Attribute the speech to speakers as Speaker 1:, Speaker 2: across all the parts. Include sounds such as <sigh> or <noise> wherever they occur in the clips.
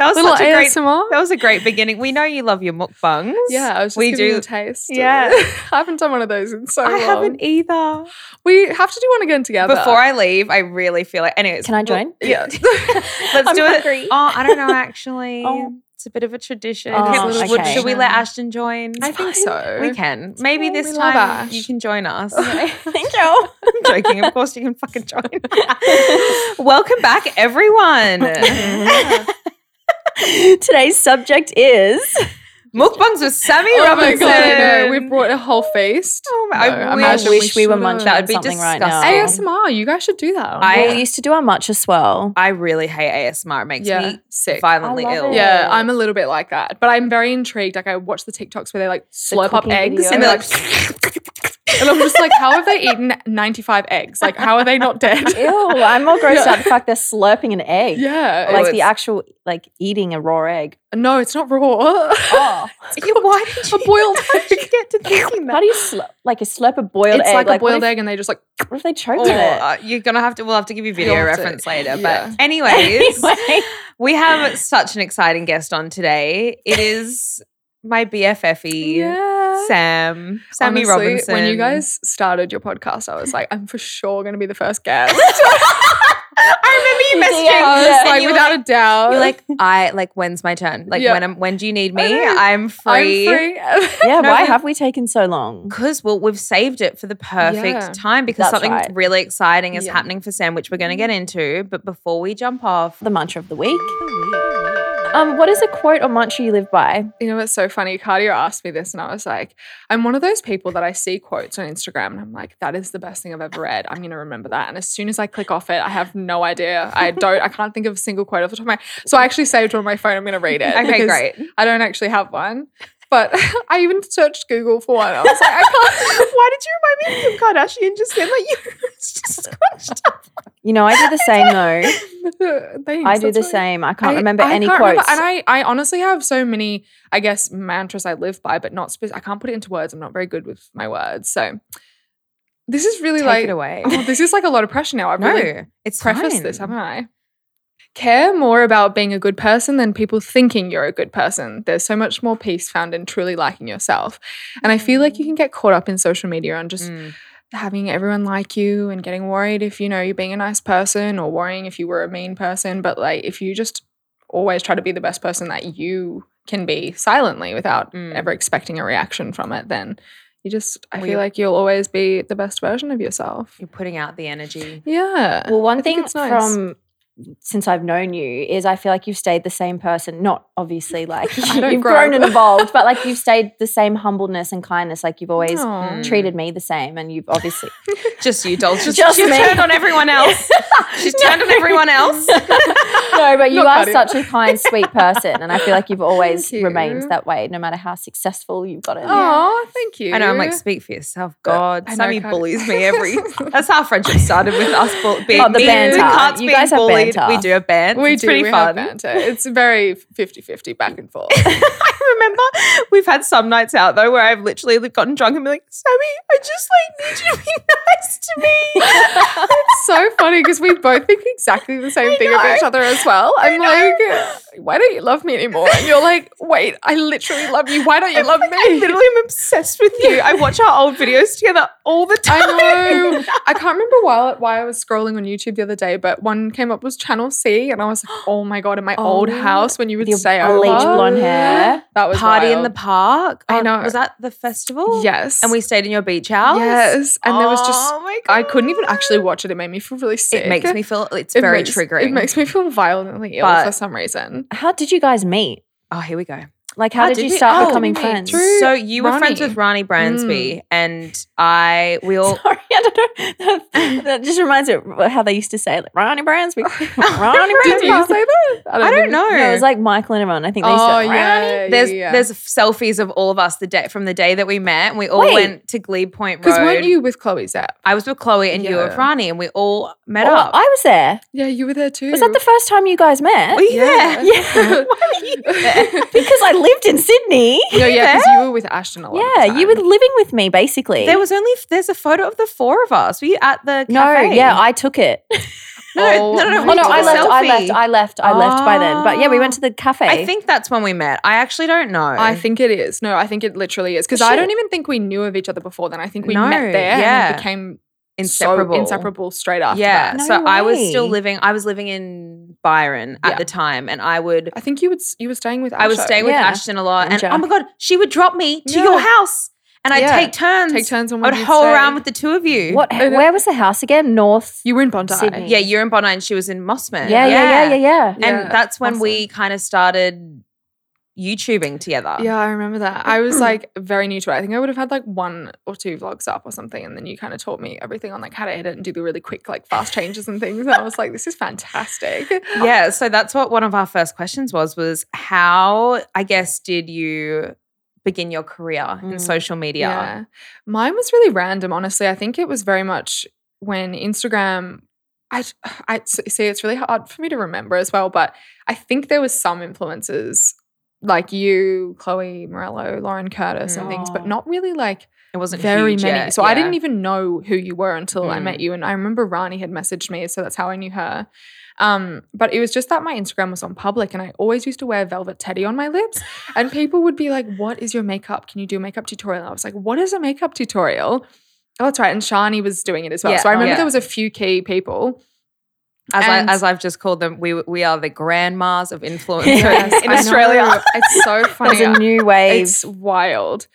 Speaker 1: was
Speaker 2: Little
Speaker 1: such a great.
Speaker 2: ASMR.
Speaker 1: That was a great beginning. We know you love your mukbangs.
Speaker 2: Yeah, I was just
Speaker 1: we
Speaker 2: giving you
Speaker 1: do.
Speaker 2: a taste. <laughs>
Speaker 1: Yeah.
Speaker 2: I haven't done one of those in so
Speaker 1: I
Speaker 2: long.
Speaker 1: haven't either.
Speaker 2: We have to do one again together.
Speaker 1: Before I leave, I really feel like. Anyways,
Speaker 3: Can I
Speaker 1: we'll-
Speaker 2: <laughs>
Speaker 3: join?
Speaker 2: yeah.
Speaker 1: <laughs> Let's
Speaker 3: I'm
Speaker 1: do
Speaker 3: hungry.
Speaker 1: it. Oh, I don't know.
Speaker 2: <laughs>
Speaker 1: Actually,
Speaker 3: Oh.
Speaker 1: it's a bit of a tradition.
Speaker 3: Oh,
Speaker 1: Can-
Speaker 2: okay.
Speaker 1: would- Should we let Ashton join?
Speaker 2: I think so.
Speaker 1: We can. Maybe
Speaker 2: fine,
Speaker 1: this
Speaker 2: we love
Speaker 1: time you
Speaker 2: Ash.
Speaker 1: can join
Speaker 2: <laughs>
Speaker 1: us.
Speaker 3: Thank you.
Speaker 1: I'm joking. Of course, you can fucking join. Welcome back, everyone.
Speaker 3: <laughs>
Speaker 2: <laughs>
Speaker 3: Today's subject is
Speaker 1: Mukbangs with Sammy
Speaker 2: Oh my
Speaker 1: Robinson.
Speaker 2: god, no, we brought a whole feast.
Speaker 1: Oh my-
Speaker 2: No,
Speaker 1: I
Speaker 2: imagine
Speaker 1: wish
Speaker 3: we were
Speaker 2: should.
Speaker 3: munching
Speaker 1: That
Speaker 3: on
Speaker 1: would be
Speaker 3: something right now.
Speaker 1: disgusting.
Speaker 2: ASMR, you guys should do that.
Speaker 1: I-
Speaker 3: well, we used to do our much as well.
Speaker 1: I really hate ASMR. It makes
Speaker 2: yeah,
Speaker 1: me
Speaker 2: sick.
Speaker 1: violently ill.
Speaker 2: Yeah, I'm a little bit like that, but I'm very intrigued. Like I watch the TikToks where they like slurp up
Speaker 3: cooking
Speaker 2: eggs,
Speaker 3: videos.
Speaker 2: and they're like, and I'm just like, how have they eaten 95 eggs? Like, how are they not dead?
Speaker 3: Ew, I'm more grossed out the fact they're slurping an egg.
Speaker 2: Yeah,
Speaker 1: Oh,
Speaker 3: Like
Speaker 2: it's-
Speaker 3: the actual, like eating a raw egg.
Speaker 2: no, it's not raw. <laughs>
Speaker 3: Oh,
Speaker 1: <laughs> Yeah, <laughs> why did you,
Speaker 2: a boiled
Speaker 1: how did you
Speaker 2: egg.
Speaker 1: get to thinking that?
Speaker 3: how do you slurp? Like you slurp a boiled
Speaker 2: It's like,
Speaker 3: egg.
Speaker 2: a
Speaker 3: what
Speaker 2: boiled
Speaker 3: if-
Speaker 2: egg, and they just like
Speaker 3: What if they choked
Speaker 1: Oh,
Speaker 3: on it?
Speaker 1: uh, you're gonna have to. We'll have to give you video
Speaker 2: You'll have to-
Speaker 1: reference later.
Speaker 2: yeah.
Speaker 1: But anyways,
Speaker 3: <laughs> Anyway.
Speaker 1: we have such an exciting guest on today. It is my BFFE,
Speaker 2: <laughs> yeah.
Speaker 1: E, Sam, Sammy
Speaker 2: Honestly,
Speaker 1: Robinson.
Speaker 2: When you guys started your podcast, I was like, I'm for sure going to be the first guest.
Speaker 1: I remember you
Speaker 3: You
Speaker 1: messaging.
Speaker 3: DM'd
Speaker 2: I
Speaker 3: <laughs> Yeah.
Speaker 2: was
Speaker 1: And
Speaker 2: like,
Speaker 1: you were
Speaker 2: without a doubt,
Speaker 1: You're like, I like. When's my turn? Like,
Speaker 2: Yeah.
Speaker 1: when? I'm, when do you need me?
Speaker 2: I know.
Speaker 1: I'm
Speaker 2: I'm
Speaker 1: free.
Speaker 2: free. <laughs>
Speaker 3: yeah,
Speaker 1: No,
Speaker 3: why
Speaker 1: we-
Speaker 3: have we taken so long?
Speaker 1: Because well, we've saved it for the perfect
Speaker 2: Yeah.
Speaker 1: time because
Speaker 3: That's
Speaker 1: something
Speaker 3: right.
Speaker 1: really exciting is
Speaker 2: Yeah. Mm-hmm.
Speaker 1: happening for Sam, which we're going to get into. But before we jump
Speaker 2: <laughs>
Speaker 1: off,
Speaker 3: The mantra of the week. Um, what is a quote or mantra you live by?
Speaker 2: You know, it's so funny. Cardio asked me this, and I was like, I'm one of those people that I see quotes on Instagram, and I'm like, that is the best thing I've ever read. I'm going to remember that. And as soon as I click off it, I have no idea. I don't, I can't think of a single quote off the top of my So I actually saved one on my phone. I'm going to read
Speaker 3: <laughs>
Speaker 2: it.
Speaker 1: okay,
Speaker 2: because
Speaker 1: great.
Speaker 2: I don't actually have one. But <laughs> I even searched Google for one. I was like, I can't. <laughs>
Speaker 1: Why did you remind me of Kim Kardashian just then? Like you it's just scratched up.
Speaker 3: You know, I do the same though.
Speaker 2: Thanks,
Speaker 3: I
Speaker 2: that's
Speaker 3: do the
Speaker 2: really-
Speaker 3: same. I can't remember any
Speaker 2: can't
Speaker 3: quotes.
Speaker 2: remember- and I, I honestly have so many, I guess, mantras I live by, but not specific. I can't put it into words. I'm not very good with my words. So this is really
Speaker 1: Take
Speaker 2: like,
Speaker 1: it away.
Speaker 2: <laughs> oh, this is like a lot of pressure now. I've really
Speaker 1: no, it's
Speaker 2: prefaced
Speaker 1: fine.
Speaker 2: this, haven't I? Care more about being a good person than people thinking you're a good person. There's so much more peace found in truly liking yourself. And I feel like you can get caught up in social media and just
Speaker 1: Mm.
Speaker 2: having everyone like you and getting worried if you know you're being a nice person or worrying if you were a mean person but like if you just always try to be the best person that you can be silently without
Speaker 1: Mm.
Speaker 2: ever expecting a reaction from it then you just i
Speaker 1: Well,
Speaker 2: feel
Speaker 1: you're-
Speaker 2: like you'll always be the best version of yourself
Speaker 1: You're putting out the energy.
Speaker 2: yeah
Speaker 3: Well, one
Speaker 2: Uh, I think
Speaker 3: thing
Speaker 2: it's nice.
Speaker 3: from since I've known you is I feel like you've stayed the same person. Not
Speaker 2: <laughs>
Speaker 3: obviously like
Speaker 2: don't
Speaker 3: you've
Speaker 2: grow.
Speaker 3: grown and evolved, but
Speaker 2: <laughs>
Speaker 3: like you've stayed the same humbleness and kindness. Like you've always
Speaker 2: Aw.
Speaker 3: treated me the same, and
Speaker 2: <laughs>
Speaker 3: you've obviously
Speaker 1: Just you, dolls. Just,
Speaker 3: Just
Speaker 1: she's
Speaker 3: me.
Speaker 1: turned on everyone else. She's turned on everyone
Speaker 2: <laughs>
Speaker 1: else.
Speaker 3: no, but you
Speaker 2: Not cutting.
Speaker 3: are such a kind, sweet person, and I feel
Speaker 2: <laughs>
Speaker 3: like you've always
Speaker 2: Thank you.
Speaker 3: remained that way, no matter how successful you've gotten.
Speaker 2: oh thank you
Speaker 1: I know. I'm like, speak for yourself, God.
Speaker 2: I know,
Speaker 1: Sammy
Speaker 2: Cardi-
Speaker 1: bullies me
Speaker 2: <laughs>
Speaker 1: every. <laughs> That's how friendship started with us. Bull- being,
Speaker 3: Oh, the
Speaker 1: me and
Speaker 3: banter.
Speaker 1: cats
Speaker 3: You
Speaker 1: being
Speaker 3: guys have
Speaker 1: bullied.
Speaker 3: banter.
Speaker 1: We do a band.
Speaker 2: we
Speaker 1: it's
Speaker 2: do
Speaker 1: pretty
Speaker 2: we
Speaker 1: fun.
Speaker 2: have banter it's very 50-50 back and forth
Speaker 1: <laughs> I remember we've had some nights out though where I've literally gotten drunk and been like, Sammy, I just like need you to be <laughs> nice to
Speaker 2: <laughs>
Speaker 1: me.
Speaker 2: It's so funny because we both think exactly the same thing of
Speaker 1: know.
Speaker 2: each other as well. I'm like, why don't you love me anymore? And you're like, wait, I literally love you. Why don't you love
Speaker 1: Like,
Speaker 2: me?
Speaker 1: <laughs> I literally am obsessed with you. I watch our old videos together all the time.
Speaker 2: <laughs> I know. I can't remember why, why I was scrolling on YouTube the other day, but one came up was Channel C, and I was like, oh my god, in my old
Speaker 3: Oh,
Speaker 2: house when you would
Speaker 3: the
Speaker 2: stay over,
Speaker 3: bleach blonde hair.
Speaker 2: that was
Speaker 1: Party in
Speaker 2: wild.
Speaker 1: the park.
Speaker 2: I
Speaker 1: Oh,
Speaker 2: know.
Speaker 1: Was that the festival?
Speaker 2: yes,
Speaker 1: And we stayed in your beach house.
Speaker 2: yes, and there was just
Speaker 1: Oh my
Speaker 2: I couldn't even actually watch it. It made me feel really sick.
Speaker 1: It makes me feel it's
Speaker 2: It
Speaker 1: very
Speaker 2: makes-
Speaker 1: triggering.
Speaker 2: It makes me feel violently ill
Speaker 1: But-
Speaker 2: for some reason.
Speaker 3: How did you guys meet?
Speaker 1: oh, here we go.
Speaker 3: Like, how,
Speaker 1: How
Speaker 3: did,
Speaker 1: did
Speaker 3: you
Speaker 1: we-
Speaker 3: start
Speaker 1: oh,
Speaker 3: becoming
Speaker 2: mate,
Speaker 3: friends?
Speaker 2: through-
Speaker 1: So you were friends
Speaker 2: Ronnie.
Speaker 1: with Ronnie Mm. Bransby, and I we <laughs> all
Speaker 3: <laughs> Sorry, I don't know. <laughs> that just reminds me of how they used to say it, like,
Speaker 2: <laughs>
Speaker 3: Ronnie <laughs>
Speaker 1: <laughs>
Speaker 3: Bransby. Ronnie
Speaker 2: Did you
Speaker 3: Bransby.
Speaker 2: say that?
Speaker 1: I don't
Speaker 2: think-
Speaker 1: know.
Speaker 3: No, it was like Michael and everyone. I think they used to.
Speaker 2: Oh
Speaker 3: Ronnie.
Speaker 2: yeah,
Speaker 1: there's
Speaker 2: yeah.
Speaker 1: there's selfies of all of us the day from the day that we met, and we all
Speaker 3: Wait.
Speaker 1: went to Glebe Point Road.
Speaker 2: because weren't you with Chloe Zapp?
Speaker 1: I was with Chloe and you were with
Speaker 2: Yeah.
Speaker 1: Ronnie, and we all met
Speaker 3: Oh,
Speaker 1: up.
Speaker 3: I was there.
Speaker 2: Yeah, you were there too.
Speaker 3: Was that the first time Hmm. you guys met?
Speaker 1: Were you <laughs> there?
Speaker 2: <laughs>
Speaker 3: Yeah. because I lived in <laughs> Sydney.
Speaker 2: no, yeah, because
Speaker 1: <laughs>
Speaker 2: you were with Ashton a lot. of
Speaker 3: Yeah,
Speaker 2: the
Speaker 3: you were
Speaker 2: time.
Speaker 3: living with me basically.
Speaker 1: There was only there's a photo of the four of us. Were you at the
Speaker 3: no,
Speaker 1: cafe?
Speaker 3: yeah, I took it.
Speaker 1: no,
Speaker 2: Oh
Speaker 1: no, no, no.
Speaker 2: my
Speaker 1: we
Speaker 3: Oh no,
Speaker 1: took
Speaker 3: I
Speaker 1: a
Speaker 3: left, I
Speaker 1: selfie.
Speaker 3: left, I left, I left by then. But yeah, we went to the cafe.
Speaker 1: I think that's when we met. I actually don't know.
Speaker 2: I think it is. No, I think it literally is because I don't even think we knew of each other before then. I think we
Speaker 1: No,
Speaker 2: met there and
Speaker 1: yeah.
Speaker 2: then became
Speaker 1: inseparable.
Speaker 2: so inseparable straight after
Speaker 1: Yeah.
Speaker 2: that.
Speaker 3: No
Speaker 1: so I was still
Speaker 3: way.
Speaker 1: living. I was living in Byron at
Speaker 2: Yeah.
Speaker 1: the time, and I would.
Speaker 2: I think you would s- you were staying with.
Speaker 1: I was
Speaker 2: Asho.
Speaker 1: staying with
Speaker 3: Yeah.
Speaker 1: Ashton a lot,
Speaker 3: And
Speaker 1: and oh
Speaker 3: Jack.
Speaker 1: my god, she would drop me to
Speaker 2: Yeah.
Speaker 1: your house, and I'd
Speaker 2: Yeah.
Speaker 1: take turns.
Speaker 2: Take turns on
Speaker 1: I would
Speaker 2: what you
Speaker 1: hole
Speaker 2: say.
Speaker 1: around with the two of you.
Speaker 3: what
Speaker 2: I don't-
Speaker 3: where was the house again? North
Speaker 2: You were in Bondi.
Speaker 3: Sydney.
Speaker 1: Yeah, you're in Bondi, and she was in Mossman.
Speaker 3: yeah, yeah, yeah, yeah, yeah.
Speaker 1: And
Speaker 2: Yeah,
Speaker 1: that's when we kind of started YouTubing together.
Speaker 2: Yeah, I remember that.
Speaker 1: <clears throat>
Speaker 2: I was like very new to it. I think I would have had like one or two vlogs up or something, and then you kind of taught me everything on like how to edit and do the really quick like fast changes and things. And I was like, this
Speaker 1: <laughs>
Speaker 2: is fantastic.
Speaker 1: Yeah, so that's what one of our first questions was was how I guess did you begin your career in
Speaker 3: Mm.
Speaker 1: social media?
Speaker 2: Mine was really random, honestly. I think it was very much when Instagram. I, <sighs> I s- see it's really hard for me to remember as well, but I think there was some influences like you, Chloe Morello, Lauren Curtis, and things,
Speaker 3: Mm.
Speaker 2: but not really like
Speaker 1: It wasn't
Speaker 2: very
Speaker 1: huge
Speaker 2: many.
Speaker 1: yet,
Speaker 2: so I
Speaker 1: yeah.
Speaker 2: didn't even know who you were until I
Speaker 1: Mm.
Speaker 2: met you. And I remember Rani had messaged me, so that's how I knew her. Um, but it was just that my Instagram was on public, and I always used to wear velvet teddy on my lips.
Speaker 1: <laughs>
Speaker 2: And people would be like, "What is your makeup? Can you do a makeup tutorial?" And I was like, "What is a makeup tutorial?" Oh, that's right. And Shani was doing it as well.
Speaker 1: Yeah.
Speaker 2: So I remember
Speaker 1: Yeah.
Speaker 2: there was a few key people.
Speaker 1: as
Speaker 2: and-
Speaker 1: I as I've just called them, we we are the grandmas of influencers
Speaker 3: Yes,
Speaker 1: <laughs> <laughs> in
Speaker 2: <laughs> I
Speaker 1: Australia.
Speaker 2: know. it's
Speaker 1: <laughs>
Speaker 2: so funny.
Speaker 3: There's a new wave.
Speaker 2: It's wild.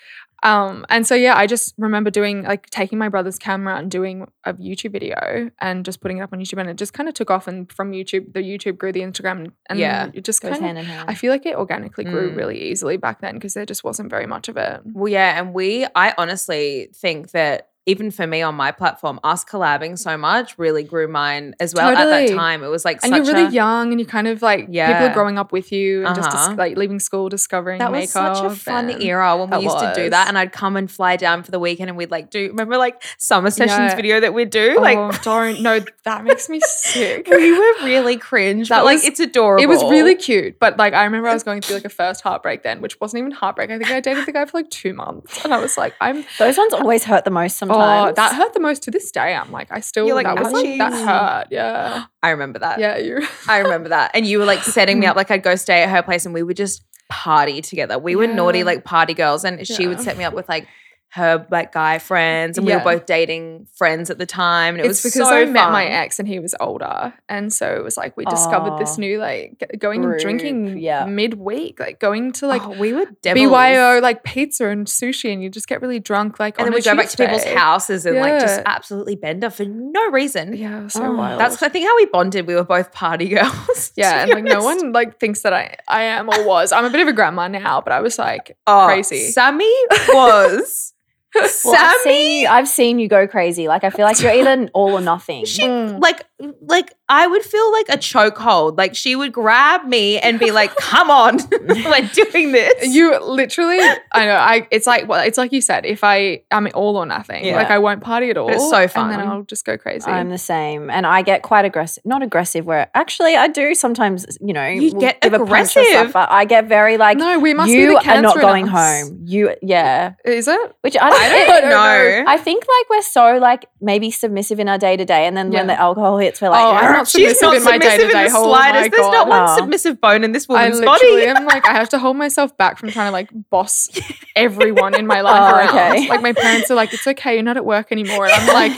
Speaker 2: Um, and so yeah, I just remember doing like taking my brother's camera and doing a YouTube video and just putting it up on YouTube, and it just kind of took off. And from YouTube, the YouTube grew the Instagram, and
Speaker 1: Yeah.
Speaker 2: it just
Speaker 3: Goes
Speaker 2: kind of.
Speaker 3: hand in hand.
Speaker 2: I feel like it organically grew
Speaker 1: Mm.
Speaker 2: really easily back then because there just wasn't very much of it.
Speaker 1: Well, yeah, and we I honestly think that even for me on my platform, us collabing so much really grew mine as well at that
Speaker 2: Totally.
Speaker 1: time. It was like
Speaker 2: And
Speaker 1: such
Speaker 2: you're really
Speaker 1: a
Speaker 2: young, and you're kind of like people
Speaker 1: Yeah.
Speaker 2: are growing up with you, and just dis-
Speaker 1: Uh-huh.
Speaker 2: like leaving school, discovering
Speaker 1: That was
Speaker 2: makeup.
Speaker 1: such a fun
Speaker 2: and-
Speaker 1: era when
Speaker 2: It
Speaker 1: we used to do
Speaker 2: was.
Speaker 1: that. And I'd come and fly down for the weekend and we'd like do remember like summer sessions
Speaker 2: Yeah.
Speaker 1: video that we'd do?
Speaker 2: Oh,
Speaker 1: Like
Speaker 2: don't no, that makes me sick.
Speaker 1: <laughs> we were <laughs> really cringe.
Speaker 2: That
Speaker 1: but like
Speaker 2: was-
Speaker 1: it's adorable.
Speaker 2: It was really cute, but like I remember I was going through like a first heartbreak then, which wasn't even heartbreak. I think I dated the guy for like two months, and I was like,
Speaker 1: <laughs>
Speaker 2: I'm
Speaker 3: Those ones always hurt the most
Speaker 2: oh
Speaker 3: sometimes.
Speaker 2: that hurt the most to this day. I'm like I still
Speaker 1: You're like,
Speaker 2: that was like, that
Speaker 1: "Ouchies."
Speaker 2: hurt, yeah,
Speaker 1: I remember that.
Speaker 2: yeah.
Speaker 1: <gasps>
Speaker 2: You
Speaker 1: I remember that. And you were like setting me up like I'd go stay at her place and we would just party together. We were naughty
Speaker 2: Yeah.
Speaker 1: like party girls and she would
Speaker 2: Yeah.
Speaker 1: set me up with like her like guy friends and
Speaker 2: Yeah.
Speaker 1: we were both dating friends at the time and it
Speaker 2: it's
Speaker 1: was
Speaker 2: because
Speaker 1: so
Speaker 2: I met my
Speaker 1: fun.
Speaker 2: ex and he was older, and so it was like we discovered this
Speaker 3: Oh,
Speaker 2: new like g- going and
Speaker 3: group,
Speaker 2: drinking
Speaker 3: yeah.
Speaker 2: midweek, like going to like.
Speaker 1: Oh, we were devils.
Speaker 2: BYO like pizza and sushi, and you just get really drunk. Like,
Speaker 1: and
Speaker 2: on
Speaker 1: then
Speaker 2: a
Speaker 1: we go back to people's
Speaker 2: Tuesday.
Speaker 1: houses and like just
Speaker 2: Yeah.
Speaker 1: absolutely bender for no reason.
Speaker 2: Yeah, so
Speaker 3: Oh.
Speaker 2: wild.
Speaker 1: That's I think how we bonded. We were both party girls. <laughs>
Speaker 2: Yeah, and
Speaker 1: to be
Speaker 2: like no
Speaker 1: honest.
Speaker 2: one like thinks that I I am or was. I'm a bit of a grandma now, but I was
Speaker 3: <laughs>
Speaker 2: like
Speaker 1: Oh,
Speaker 2: crazy.
Speaker 1: Sammy
Speaker 2: <laughs>
Speaker 1: was
Speaker 3: Well, I've seen
Speaker 1: Sammy.
Speaker 3: you. I've seen you go crazy. Like I feel like you're either <laughs> an all or nothing.
Speaker 1: She
Speaker 2: "Mm." Mm-hmm.
Speaker 1: like like I would feel like a chokehold. Like she would grab me and be like, "Come
Speaker 2: <laughs>
Speaker 1: on, <laughs> we're doing this."
Speaker 2: you literally, I know. I it's like well, it's like you said. If I I'm all or nothing,
Speaker 1: Yeah.
Speaker 2: like I won't party at all.
Speaker 1: it's so
Speaker 2: and
Speaker 1: fun.
Speaker 2: then I'll just go crazy.
Speaker 3: I'm the same, and I get quite aggressive. Not aggressive, where actually I do sometimes. You know,
Speaker 1: You
Speaker 3: will
Speaker 1: get
Speaker 3: give a punch or
Speaker 1: aggressive.
Speaker 3: stuff, but I get very like
Speaker 2: no, we must be
Speaker 3: you
Speaker 2: the
Speaker 3: are not
Speaker 2: cancer in
Speaker 3: going
Speaker 2: us.
Speaker 3: home. You, yeah.
Speaker 2: Is it?
Speaker 3: Which I don't,
Speaker 1: I
Speaker 3: <laughs>
Speaker 1: don't
Speaker 3: know.
Speaker 1: know.
Speaker 3: I think like we're so like maybe submissive in our day to day, and then when
Speaker 2: Yeah.
Speaker 3: the alcohol hits, we're like,
Speaker 2: oh, I not
Speaker 1: She's
Speaker 2: submissive
Speaker 1: not
Speaker 2: in my
Speaker 1: submissive in
Speaker 2: day-to-day.
Speaker 1: the
Speaker 2: Oh my
Speaker 1: slightest. There's not
Speaker 2: God.
Speaker 1: one
Speaker 3: Oh.
Speaker 1: submissive bone in this
Speaker 2: I
Speaker 1: woman's <laughs>
Speaker 2: literally
Speaker 3: <laughs>
Speaker 1: body.
Speaker 2: am like, I have to hold myself back from trying to like boss everyone
Speaker 3: <laughs>
Speaker 2: in my life
Speaker 3: Oh,
Speaker 2: around.
Speaker 3: okay.
Speaker 2: Like my parents are like, it's okay, you're not at work anymore. And I'm like,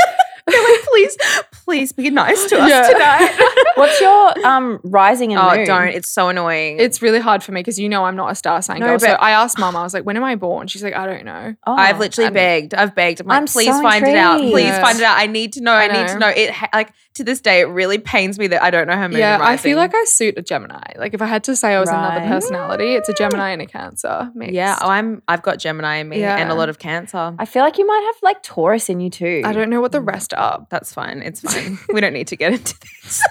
Speaker 1: They're like, please, please be nice
Speaker 2: <laughs>
Speaker 1: to us
Speaker 2: Yeah.
Speaker 1: tonight.
Speaker 3: What's your um rising and
Speaker 1: oh,
Speaker 3: moon?
Speaker 1: don't. It's so annoying.
Speaker 2: it's really hard for me because you know I'm not a star sign
Speaker 1: No,
Speaker 2: girl. So
Speaker 1: but-
Speaker 2: I asked mom, I was like, when am I born? She's like, I don't know.
Speaker 3: Oh.
Speaker 1: I've literally begged. I've begged. I'm like,
Speaker 3: I'm
Speaker 1: please
Speaker 3: so
Speaker 1: find it out.
Speaker 3: intrigued.
Speaker 1: Please
Speaker 2: Yes.
Speaker 1: find it out. I need to know. I,
Speaker 2: I
Speaker 1: need to know.
Speaker 2: know.
Speaker 1: It ha- like to this day, it really pains me that I don't know her moon.
Speaker 2: Yeah,
Speaker 1: and
Speaker 2: I feel
Speaker 1: rising.
Speaker 2: like I suit a Gemini. Like if I had to say I was another
Speaker 3: Right.
Speaker 2: personality, it's a Gemini and a Cancer mix.
Speaker 1: Yeah, oh, I'm. I've got Gemini in me and a
Speaker 2: Yeah.
Speaker 1: lot of Cancer.
Speaker 3: I feel like you might have like Taurus in you too.
Speaker 2: I don't know what the rest are.
Speaker 1: That's fine.
Speaker 2: <laughs>
Speaker 1: It's fine. we don't need to get into this.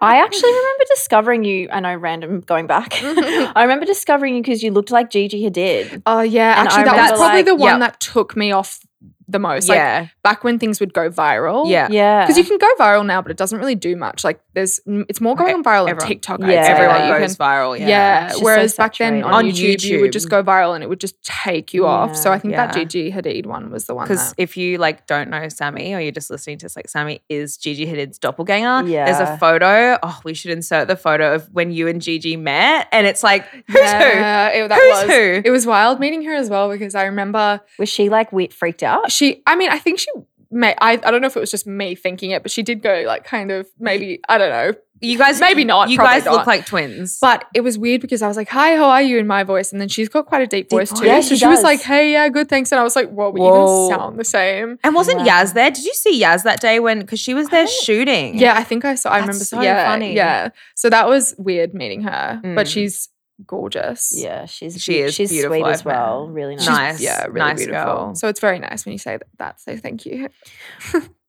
Speaker 3: I actually remember discovering you. I know, random going back. <laughs> I remember discovering you because you looked like Gigi Hadid.
Speaker 2: Oh yeah,
Speaker 3: And I
Speaker 2: actually that
Speaker 3: remember,
Speaker 2: was probably
Speaker 3: like-
Speaker 2: the one
Speaker 1: Yep.
Speaker 2: that took me off the most. Like
Speaker 1: yeah,
Speaker 2: back when things would go viral.
Speaker 1: yeah.
Speaker 3: Yeah,
Speaker 2: Because you can go viral now, but it doesn't really do much. Like there's, mm, it's more going viral on
Speaker 1: everyone-
Speaker 2: TikTok.
Speaker 3: yeah.
Speaker 2: I'd say,
Speaker 1: Everyone
Speaker 2: that you
Speaker 1: goes
Speaker 2: can-
Speaker 1: viral. Yeah.
Speaker 2: Yeah.
Speaker 3: It's just so
Speaker 2: Whereas back then on,
Speaker 3: saturated.
Speaker 1: On
Speaker 2: YouTube, you would
Speaker 1: YouTube.
Speaker 2: just go viral and it would just take you
Speaker 3: Yeah.
Speaker 2: off. So I think that
Speaker 1: Yeah.
Speaker 2: Gigi Hadid one was the one.
Speaker 1: Because
Speaker 2: That,
Speaker 1: if you like don't know Sammy or you're just listening to this, like Sammy is Gigi Hadid's doppelganger. There's
Speaker 3: Yeah.
Speaker 1: a photo. Oh, we should insert the photo of when you and Gigi met. And it's like, <laughs> <laughs> who's
Speaker 2: yeah, it- that
Speaker 1: who's
Speaker 2: was.
Speaker 1: who?
Speaker 2: It was wild meeting her as well because I remember
Speaker 3: was she like we- freaked out?
Speaker 2: she. I mean, I think she. May, I, I don't know if it was just me thinking it, but she did go like kind of maybe I don't know
Speaker 1: who? You guys
Speaker 2: Maybe not,
Speaker 1: You
Speaker 2: probably
Speaker 1: guys look
Speaker 2: not.
Speaker 1: like twins.
Speaker 2: But it was weird because I was like, "Hi, how are you?" in my voice, and then she's got quite a deep,
Speaker 1: Deep
Speaker 2: voice
Speaker 3: voice.
Speaker 2: too.
Speaker 3: Yeah,
Speaker 2: so
Speaker 3: she
Speaker 2: she, was
Speaker 3: does.
Speaker 2: like, "Hey, yeah, good, thanks." And I was like, "What? We
Speaker 1: Whoa.
Speaker 2: even sound the same."
Speaker 1: and wasn't
Speaker 3: Wow.
Speaker 1: Yaz there? Did you see Yaz that day when because she was there shooting?
Speaker 2: Yeah, I think I saw. I
Speaker 1: That's
Speaker 2: remember.
Speaker 1: so
Speaker 2: yeah,
Speaker 1: funny.
Speaker 2: Yeah. So that was weird meeting her, but
Speaker 1: Mm.
Speaker 2: she's gorgeous.
Speaker 3: Yeah, she's
Speaker 1: She is
Speaker 3: she's
Speaker 1: beautiful,
Speaker 3: sweet as
Speaker 1: I've met
Speaker 3: well.
Speaker 1: her.
Speaker 3: Really nice.
Speaker 1: She's- Nice.
Speaker 2: Yeah, really
Speaker 1: nice
Speaker 2: beautiful.
Speaker 1: girl.
Speaker 2: So it's very nice when you say that. that so thank you.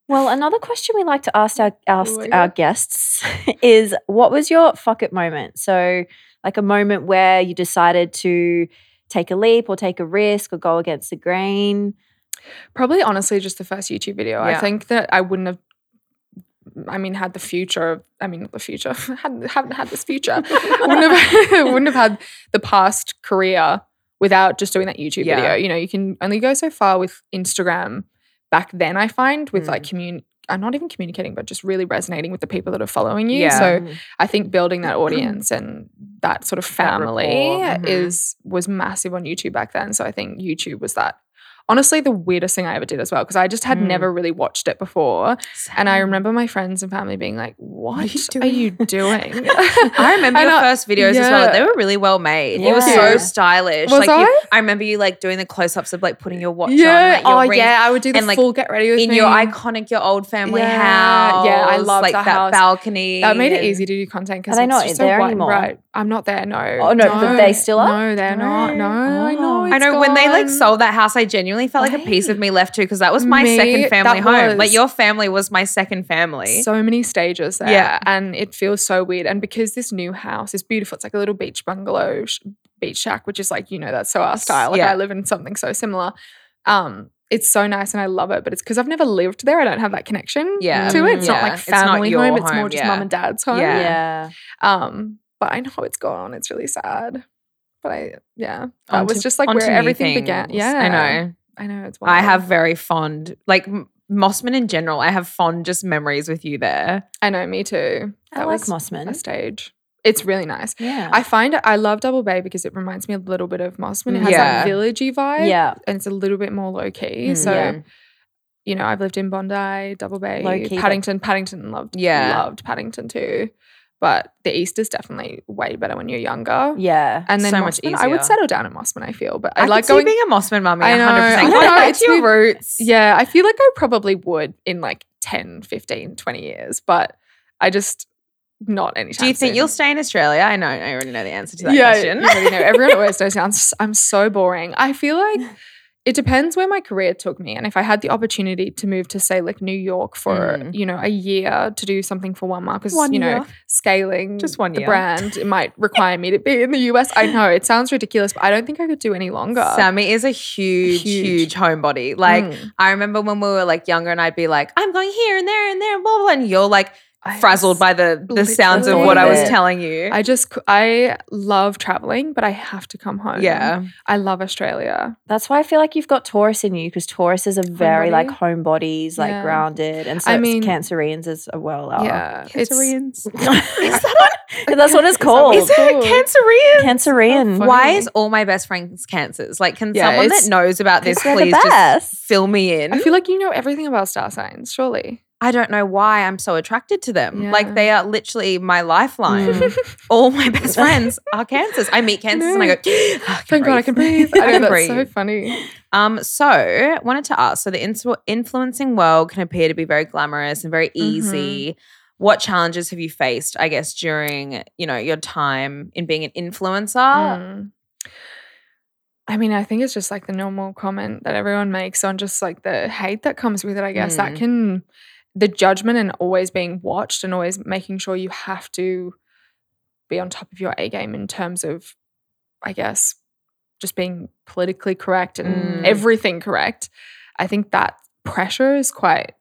Speaker 3: Well, another question we like to ask our ask
Speaker 2: Oh my
Speaker 3: our
Speaker 2: God.
Speaker 3: guests <laughs> is what was your fuck it moment? So, like a moment where you decided to take a leap or take a risk or go against the grain.
Speaker 2: Probably honestly just the first YouTube video.
Speaker 1: Yeah.
Speaker 2: I think that I wouldn't have I mean had the future of I mean not the future. <laughs> hadn't haven't had this future.
Speaker 1: <laughs>
Speaker 2: wouldn't have <laughs> wouldn't have had the past career without just doing that YouTube
Speaker 1: Yeah.
Speaker 2: video. You know, you can only go so far with Instagram back then I find with like
Speaker 1: Mm.
Speaker 2: commun I'm not even communicating, but just really resonating with the people that are following you.
Speaker 1: Yeah.
Speaker 2: So
Speaker 3: Mm.
Speaker 2: I think
Speaker 1: <clears throat>
Speaker 2: building that audience and that sort of
Speaker 1: That
Speaker 2: family
Speaker 1: rapport, mhm.
Speaker 2: is was massive on YouTube back then. So I think YouTube was that. Honestly, the weirdest thing I ever did as well because I just had
Speaker 1: Mm.
Speaker 2: never really watched it before, and I
Speaker 1: Same.
Speaker 2: remember my friends and family being like, "What,
Speaker 1: you
Speaker 2: are you doing?"
Speaker 1: <laughs> I remember
Speaker 2: And
Speaker 1: your
Speaker 2: I-
Speaker 1: first videos as well.
Speaker 2: yeah.
Speaker 1: They were really well made. You were
Speaker 3: Thank
Speaker 1: so
Speaker 2: you.
Speaker 1: stylish.
Speaker 2: Was
Speaker 1: like You,
Speaker 2: I?
Speaker 1: I remember you like doing the close ups of like putting your watch
Speaker 2: yeah,
Speaker 1: on, like your
Speaker 2: oh
Speaker 1: ring
Speaker 2: yeah, I would do the
Speaker 1: and, like,
Speaker 2: full get ready with
Speaker 1: in
Speaker 2: me.
Speaker 1: your iconic your old family
Speaker 2: Yeah.
Speaker 1: house.
Speaker 2: Yeah, I loved
Speaker 1: like
Speaker 2: the
Speaker 1: that
Speaker 2: house.
Speaker 1: balcony.
Speaker 2: That made it
Speaker 1: and-
Speaker 2: easy to do content because
Speaker 3: Are they not
Speaker 2: just
Speaker 3: there
Speaker 2: so wide-
Speaker 3: anymore?
Speaker 2: Right, I'm not there. No.
Speaker 3: Oh, no, but they still are?
Speaker 2: No, they're not. No, I
Speaker 3: Oh.
Speaker 2: know.
Speaker 1: I
Speaker 2: it's
Speaker 1: know when they like
Speaker 2: gone.
Speaker 1: sold that house, I genuinely felt like a piece of me left too because that was my
Speaker 2: Me,
Speaker 1: second family
Speaker 2: that
Speaker 1: home. Like
Speaker 2: was-
Speaker 1: your family was my second family.
Speaker 2: So many stages there.
Speaker 1: Yeah.
Speaker 2: And it feels so weird. And because this new house is beautiful, it's like a little beach bungalow, sh- beach shack, which is like, you know, that's so our style. Like
Speaker 1: Yeah.
Speaker 2: I live in something so similar. Um, it's so nice and I love it, but it's because I've never lived there. I don't have that connection
Speaker 1: Yeah.
Speaker 2: to it. It's
Speaker 1: Yeah.
Speaker 2: not like
Speaker 1: It's not
Speaker 2: family
Speaker 1: your
Speaker 2: home. It's
Speaker 1: home,
Speaker 2: more just
Speaker 1: yeah.
Speaker 2: mum and dad's home.
Speaker 1: Yeah.
Speaker 3: Yeah.
Speaker 2: Um, but I know it's gone. It's really sad. But I, yeah, that
Speaker 1: Onto-
Speaker 2: was just like
Speaker 1: onto
Speaker 2: where
Speaker 1: new
Speaker 2: everything began.
Speaker 1: things.
Speaker 2: Yeah,
Speaker 1: I know.
Speaker 2: I know. It's
Speaker 1: I
Speaker 2: wild.
Speaker 1: have very fond, like M- Mossman in general. I have fond just memories with you there.
Speaker 2: I know. Me too.
Speaker 3: I
Speaker 2: That
Speaker 3: like
Speaker 2: was a
Speaker 3: Mossman.
Speaker 2: stage. It's really nice.
Speaker 3: Yeah.
Speaker 2: I find I love Double Bay because it reminds me a little bit of Mossman. It has
Speaker 1: Yeah.
Speaker 2: that villagey vibe,
Speaker 3: yeah.
Speaker 2: and it's a little bit more low key.
Speaker 1: Mm.
Speaker 2: so
Speaker 3: Yeah.
Speaker 2: you know, I've lived in Bondi, Double Bay,
Speaker 3: Low-key, but-
Speaker 2: Paddington. Paddington loved,
Speaker 1: Yeah.
Speaker 2: loved Paddington too. But the East is definitely way better when you're younger.
Speaker 3: Yeah.
Speaker 2: And then
Speaker 1: So much
Speaker 2: Mossman, I would
Speaker 1: easier.
Speaker 2: settle down in Mossman. I feel, but I,
Speaker 1: could
Speaker 2: like
Speaker 1: see
Speaker 2: going.
Speaker 1: being a Mossman mummy.
Speaker 2: I know,
Speaker 1: 100%.
Speaker 2: <laughs> I
Speaker 1: Go
Speaker 2: know,
Speaker 1: back
Speaker 2: it's
Speaker 1: to your
Speaker 2: weird.
Speaker 1: roots.
Speaker 2: yeah, I feel like I probably would in like 10, 15, 20 years, but I just not anytime.
Speaker 1: Do you think
Speaker 2: soon.
Speaker 1: you'll stay in Australia? I know. I already know the answer to that question.
Speaker 2: <laughs> You already know. Everyone always knows now. I'm, s- I'm so boring. I feel like it depends where my career took me. And if I had the opportunity to move to, say, like New York for,
Speaker 1: Mm.
Speaker 2: you know, a year to do something for one mark, because,
Speaker 1: One
Speaker 2: you know,
Speaker 1: year.
Speaker 2: scaling
Speaker 1: Just one
Speaker 2: the
Speaker 1: year.
Speaker 2: brand, it might require me to be in the US. I know it sounds ridiculous, but I don't think I could do any longer.
Speaker 1: Sammy is a huge, Oh huge,
Speaker 2: Huge.
Speaker 1: homebody. Like
Speaker 2: Mm.
Speaker 1: I remember when we were like younger, and I'd be like, "I'm going here and there and there," blah blah, blah. and you're like,
Speaker 2: I
Speaker 1: frazzled
Speaker 2: just-
Speaker 1: by the the sounds of
Speaker 2: Literally.
Speaker 1: what I was
Speaker 3: Believe it.
Speaker 1: telling you.
Speaker 2: I just c- I love traveling, but I have to come home.
Speaker 1: yeah.
Speaker 2: I love Australia.
Speaker 3: That's why I feel like you've got Taurus in you because Tauruses are very like homebodies, like
Speaker 2: Yeah.
Speaker 3: grounded, and so
Speaker 2: I
Speaker 3: it's
Speaker 2: mean-
Speaker 3: Cancerians as uh, well.
Speaker 1: Oh,
Speaker 3: Are.
Speaker 2: yeah,
Speaker 1: Cancerians.
Speaker 2: <laughs>
Speaker 3: Yeah, that's what it's called.
Speaker 2: Is
Speaker 1: Is it Cancerian?
Speaker 3: Cancerian.
Speaker 2: Oh,
Speaker 1: Why
Speaker 2: funny.
Speaker 1: is all my best friends cancers? Like, can
Speaker 2: Yeah,
Speaker 1: someone that
Speaker 2: it's-
Speaker 1: knows about this
Speaker 3: 'cause they're the
Speaker 1: please just
Speaker 3: best.
Speaker 1: fill me in?
Speaker 2: I feel like you know everything about star signs, surely.
Speaker 1: I don't know why I'm so attracted to them. Like
Speaker 2: Yeah.
Speaker 1: they are literally my lifeline.
Speaker 3: Mm.
Speaker 1: <laughs> All my best friends are cancers. I meet cancers and I
Speaker 2: No. <laughs>
Speaker 1: go, "Ah, I
Speaker 2: Thank God I <laughs> can breathe.
Speaker 1: <laughs>
Speaker 2: I know
Speaker 1: can
Speaker 2: that's
Speaker 1: breathe.
Speaker 2: so funny.
Speaker 1: Um, so wanted to ask. So the influ- influencing world can appear to be very glamorous and very easy.
Speaker 2: Mm-hmm.
Speaker 1: What challenges have you faced? I guess during you know your time in being an influencer.
Speaker 2: Mm. I mean, I think it's just like the normal comment that everyone makes on just like the hate that comes with it. I guess that
Speaker 1: Mm.
Speaker 2: can, the judgment and always being watched and always making sure you have to be on top of your A game in terms of, I guess, just being politically correct and
Speaker 1: Mm.
Speaker 2: everything correct. I think that pressure is quite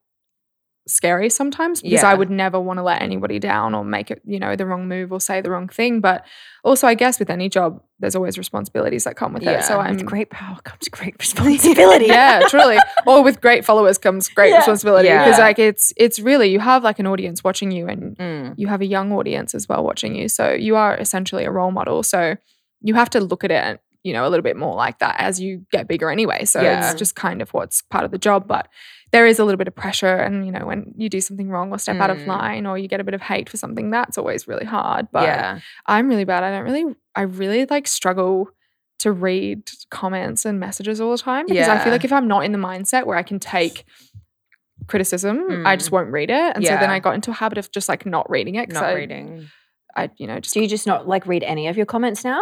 Speaker 2: scary sometimes because I
Speaker 1: Yeah.
Speaker 2: would never want to let anybody down or make it, you know, the wrong move or say the wrong thing. But also, I guess with any job, there's always responsibilities that come with it. So
Speaker 1: Yeah, <laughs>
Speaker 2: I'm
Speaker 3: With great power comes
Speaker 2: <laughs>
Speaker 3: great responsibility.
Speaker 2: yeah, truly. Or with great followers comes great
Speaker 3: Yeah.
Speaker 2: responsibility because
Speaker 1: Yeah.
Speaker 2: like it's it's really you have like an audience watching you and
Speaker 1: Mm.
Speaker 2: you have a young audience as well watching you. So you are essentially a role model. So you have to look at it, you know, a little bit more like that as you get bigger anyway. So
Speaker 1: Yeah.
Speaker 2: it's just kind of what's part of the job. But there is a little bit of pressure. And, you know, when you do something wrong or step out of
Speaker 1: Mm.
Speaker 2: line or you get a bit of hate for something, that's always really hard. But
Speaker 1: yeah.
Speaker 2: I'm really bad. I don't really, I really like struggle to read comments and messages all the time because I
Speaker 1: Yeah.
Speaker 2: feel like if I'm not in the mindset where I can take criticism, I just won't read it. And so then
Speaker 1: Mm. Yeah.
Speaker 2: I got into a habit of just like not reading it. 'cause
Speaker 1: Not
Speaker 2: I,
Speaker 1: reading.
Speaker 2: I, you know, just
Speaker 3: Do you just not like read any of your comments now?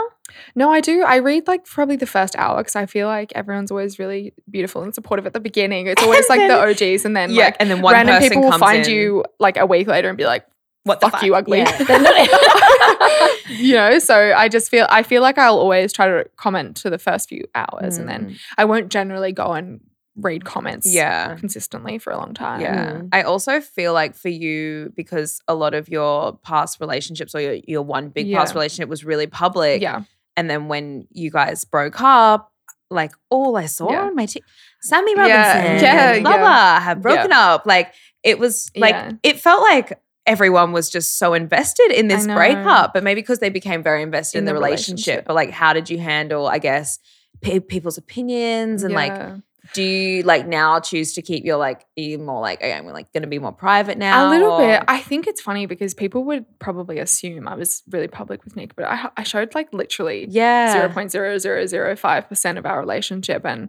Speaker 2: no, I do. I read like probably the first hour because I feel like everyone's always really beautiful and supportive at the
Speaker 1: <laughs>
Speaker 2: beginning. It's always like
Speaker 3: then-
Speaker 2: the OGs and then
Speaker 1: yeah,
Speaker 2: like
Speaker 1: and then one
Speaker 2: random
Speaker 1: person
Speaker 2: people will
Speaker 1: comes
Speaker 2: find
Speaker 1: in,
Speaker 2: you like a week later and be like,
Speaker 1: What the
Speaker 2: fuck, you ugly. <laughs>
Speaker 3: Yeah, they're not-
Speaker 2: you know, so I just feel I feel like I'll always try to comment to the first few hours and
Speaker 1: Mm.
Speaker 2: then I won't generally go and read comments
Speaker 1: Yeah.
Speaker 2: consistently for a long time.
Speaker 1: Yeah. Mm-hmm. I also feel like for you, because a lot of your past relationships or your, your one big past
Speaker 2: Yeah.
Speaker 1: relationship was really public.
Speaker 2: Yeah.
Speaker 1: And then when you guys broke up, like all I saw
Speaker 2: Yeah.
Speaker 1: on my t- Sammy
Speaker 2: Yeah,
Speaker 1: Robinson,
Speaker 2: yeah,
Speaker 1: blah,
Speaker 2: yeah.
Speaker 1: blah, have broken up. Like it was like,
Speaker 2: Yeah.
Speaker 1: it felt like everyone was just so invested in
Speaker 2: I
Speaker 1: this
Speaker 2: know.
Speaker 1: breakup, but maybe because they became very invested in,
Speaker 2: In
Speaker 1: the,
Speaker 2: the
Speaker 1: relationship.
Speaker 2: relationship.
Speaker 1: But like, how did you handle, I guess, pe- people's opinions and like,
Speaker 2: Yeah.
Speaker 1: do you like now choose to keep your like are you more like okay, I'm like gonna be more private now?
Speaker 2: a little bit.
Speaker 1: or-
Speaker 2: I think it's funny because people would probably assume I was really public with Nick, but I, I showed like literally
Speaker 1: yeah.
Speaker 2: 0.0005% of our relationship and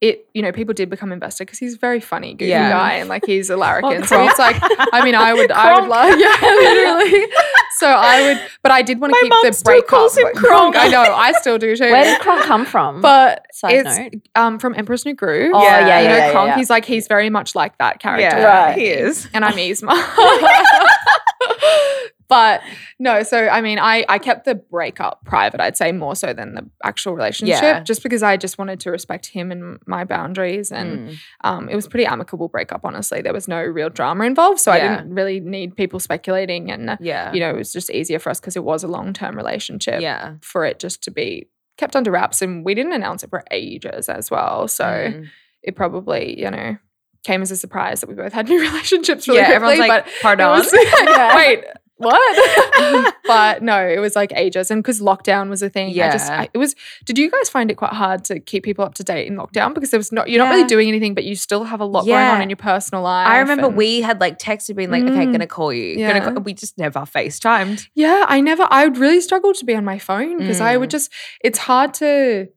Speaker 2: it you know people did become invested because he's a very funny goofy
Speaker 1: Yeah.
Speaker 2: guy and like he's a larrikin
Speaker 3: Well,
Speaker 2: so it's like i mean i would i would
Speaker 3: Kronk.
Speaker 2: love <laughs> yeah literally so i would but i did want
Speaker 1: My
Speaker 2: to keep
Speaker 1: mum
Speaker 2: the
Speaker 1: still
Speaker 2: breakup
Speaker 1: calls him Kronk.
Speaker 2: i know i still do too
Speaker 3: <laughs> Where did Kronk come from?
Speaker 2: but
Speaker 3: Side
Speaker 2: it's
Speaker 3: note.
Speaker 2: um from empress new groove
Speaker 3: Oh, yeah, yeah,
Speaker 2: you know
Speaker 3: yeah,
Speaker 2: Kronk,
Speaker 3: yeah.
Speaker 2: he's like he's very much like that character
Speaker 1: yeah,
Speaker 3: Right.
Speaker 1: he is.
Speaker 2: and I'm Yzma.
Speaker 3: <laughs>
Speaker 2: <laughs> but no, so I mean, I I kept the breakup private. I'd say more so than the actual relationship,
Speaker 1: Yeah.
Speaker 2: just because I just wanted to respect him and my boundaries, and
Speaker 1: Mm.
Speaker 2: um, it was pretty amicable breakup. Honestly, there was no real drama involved, so I
Speaker 1: Yeah.
Speaker 2: didn't really need people speculating, and uh,
Speaker 1: Yeah.
Speaker 2: you know, it was just easier for us because it was a long term relationship
Speaker 1: yeah.
Speaker 2: for it just to be kept under wraps, and we didn't announce it for ages as well, so
Speaker 1: Mm.
Speaker 2: it probably you know. Came as a surprise that we both had new <laughs> relationships really
Speaker 1: yeah,
Speaker 2: quickly,
Speaker 1: everyone's
Speaker 2: but
Speaker 1: like, pardon.
Speaker 2: it was- <laughs>
Speaker 3: Yeah.
Speaker 2: Wait, what? <laughs> but no, it was like ages, and because lockdown was a thing. I just,
Speaker 1: Yeah.
Speaker 2: I, it was. Did you guys find it quite hard to keep people up to date in lockdown because there was not, you're not really
Speaker 1: Yeah.
Speaker 2: doing anything, but you still have a lot going
Speaker 1: Yeah.
Speaker 2: on in your personal
Speaker 1: <laughs>
Speaker 2: life. <laughs>
Speaker 1: I remember
Speaker 2: and-
Speaker 1: we had like texted being like, okay,
Speaker 2: Mm.
Speaker 1: gonna call you.
Speaker 2: Yeah.
Speaker 1: Gonna call. We just never FaceTimed.
Speaker 2: Yeah, I never. I would really struggle to be on my phone because I would just. It's hard to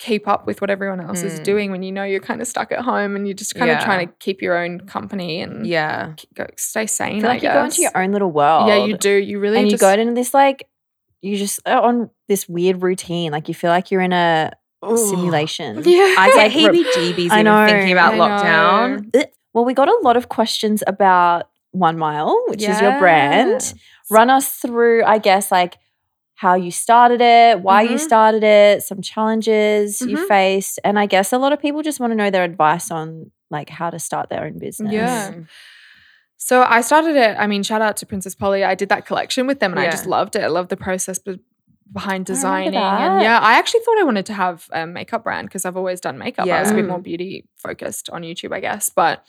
Speaker 2: keep up with what everyone else is
Speaker 1: Mm.
Speaker 2: doing when you know you're kind of stuck at home and you're just kind
Speaker 1: Yeah.
Speaker 2: of trying to keep your own company and <laughs>
Speaker 1: Yeah.
Speaker 2: k- go, stay sane.
Speaker 3: I feel like
Speaker 2: I
Speaker 3: you go into your
Speaker 2: guess.
Speaker 3: own little world.
Speaker 2: Yeah, you do. You really
Speaker 3: and you
Speaker 2: just,
Speaker 3: go into this like you just are on this weird routine. Like you feel like you're in a simulation.
Speaker 2: <laughs> Yeah.
Speaker 1: I
Speaker 3: like
Speaker 1: get
Speaker 3: rep-
Speaker 1: heebie jeebies
Speaker 3: I
Speaker 1: even
Speaker 3: know,
Speaker 1: thinking about
Speaker 2: I
Speaker 1: lockdown.
Speaker 3: Well, we got a lot of questions about One Mile, which is your brand. Run us through, I guess, like how you started it, why you
Speaker 1: Mm-hmm.
Speaker 2: Mhm.
Speaker 3: started it, some challenges you
Speaker 2: Mhm.
Speaker 3: faced, and I guess a lot of people just want to know their advice on like how to start their own business.
Speaker 2: Yeah.
Speaker 1: Mm.
Speaker 2: So I started it. I mean, shout out to Princess Polly. I did that collection with them, and I
Speaker 1: Yeah.
Speaker 2: just loved it. I loved the process be- behind
Speaker 3: I remember
Speaker 2: designing. And
Speaker 3: that.
Speaker 2: yeah, I actually thought I wanted to have a makeup brand because I've always done makeup. I was a bit
Speaker 3: Yeah.
Speaker 2: more beauty focused on YouTube, I guess. But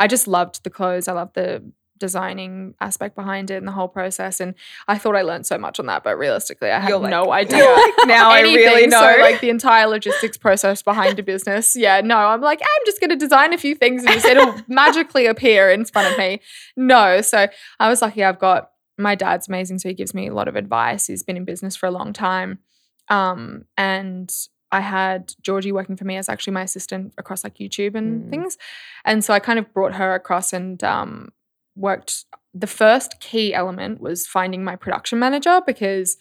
Speaker 2: I just loved the clothes. I loved the designing aspect behind it and the whole process. And I thought I learned so much on that, but realistically, I had
Speaker 1: You're like- <laughs>
Speaker 2: no idea. <laughs>
Speaker 1: now I
Speaker 2: anything.
Speaker 1: really know.
Speaker 2: So, like the entire logistics process behind a business. Yeah, no, I'm like, I'm just going to design a few things and just it'll magically appear in front of me. No. So I was lucky I've got my dad's amazing. So he gives me a lot of advice. He's been in business for a long time. Um, and I had Georgie working for me as actually my assistant across like YouTube and
Speaker 1: Mm.
Speaker 2: things. And so I kind of brought her across and um, worked. The first key element was finding my production manager because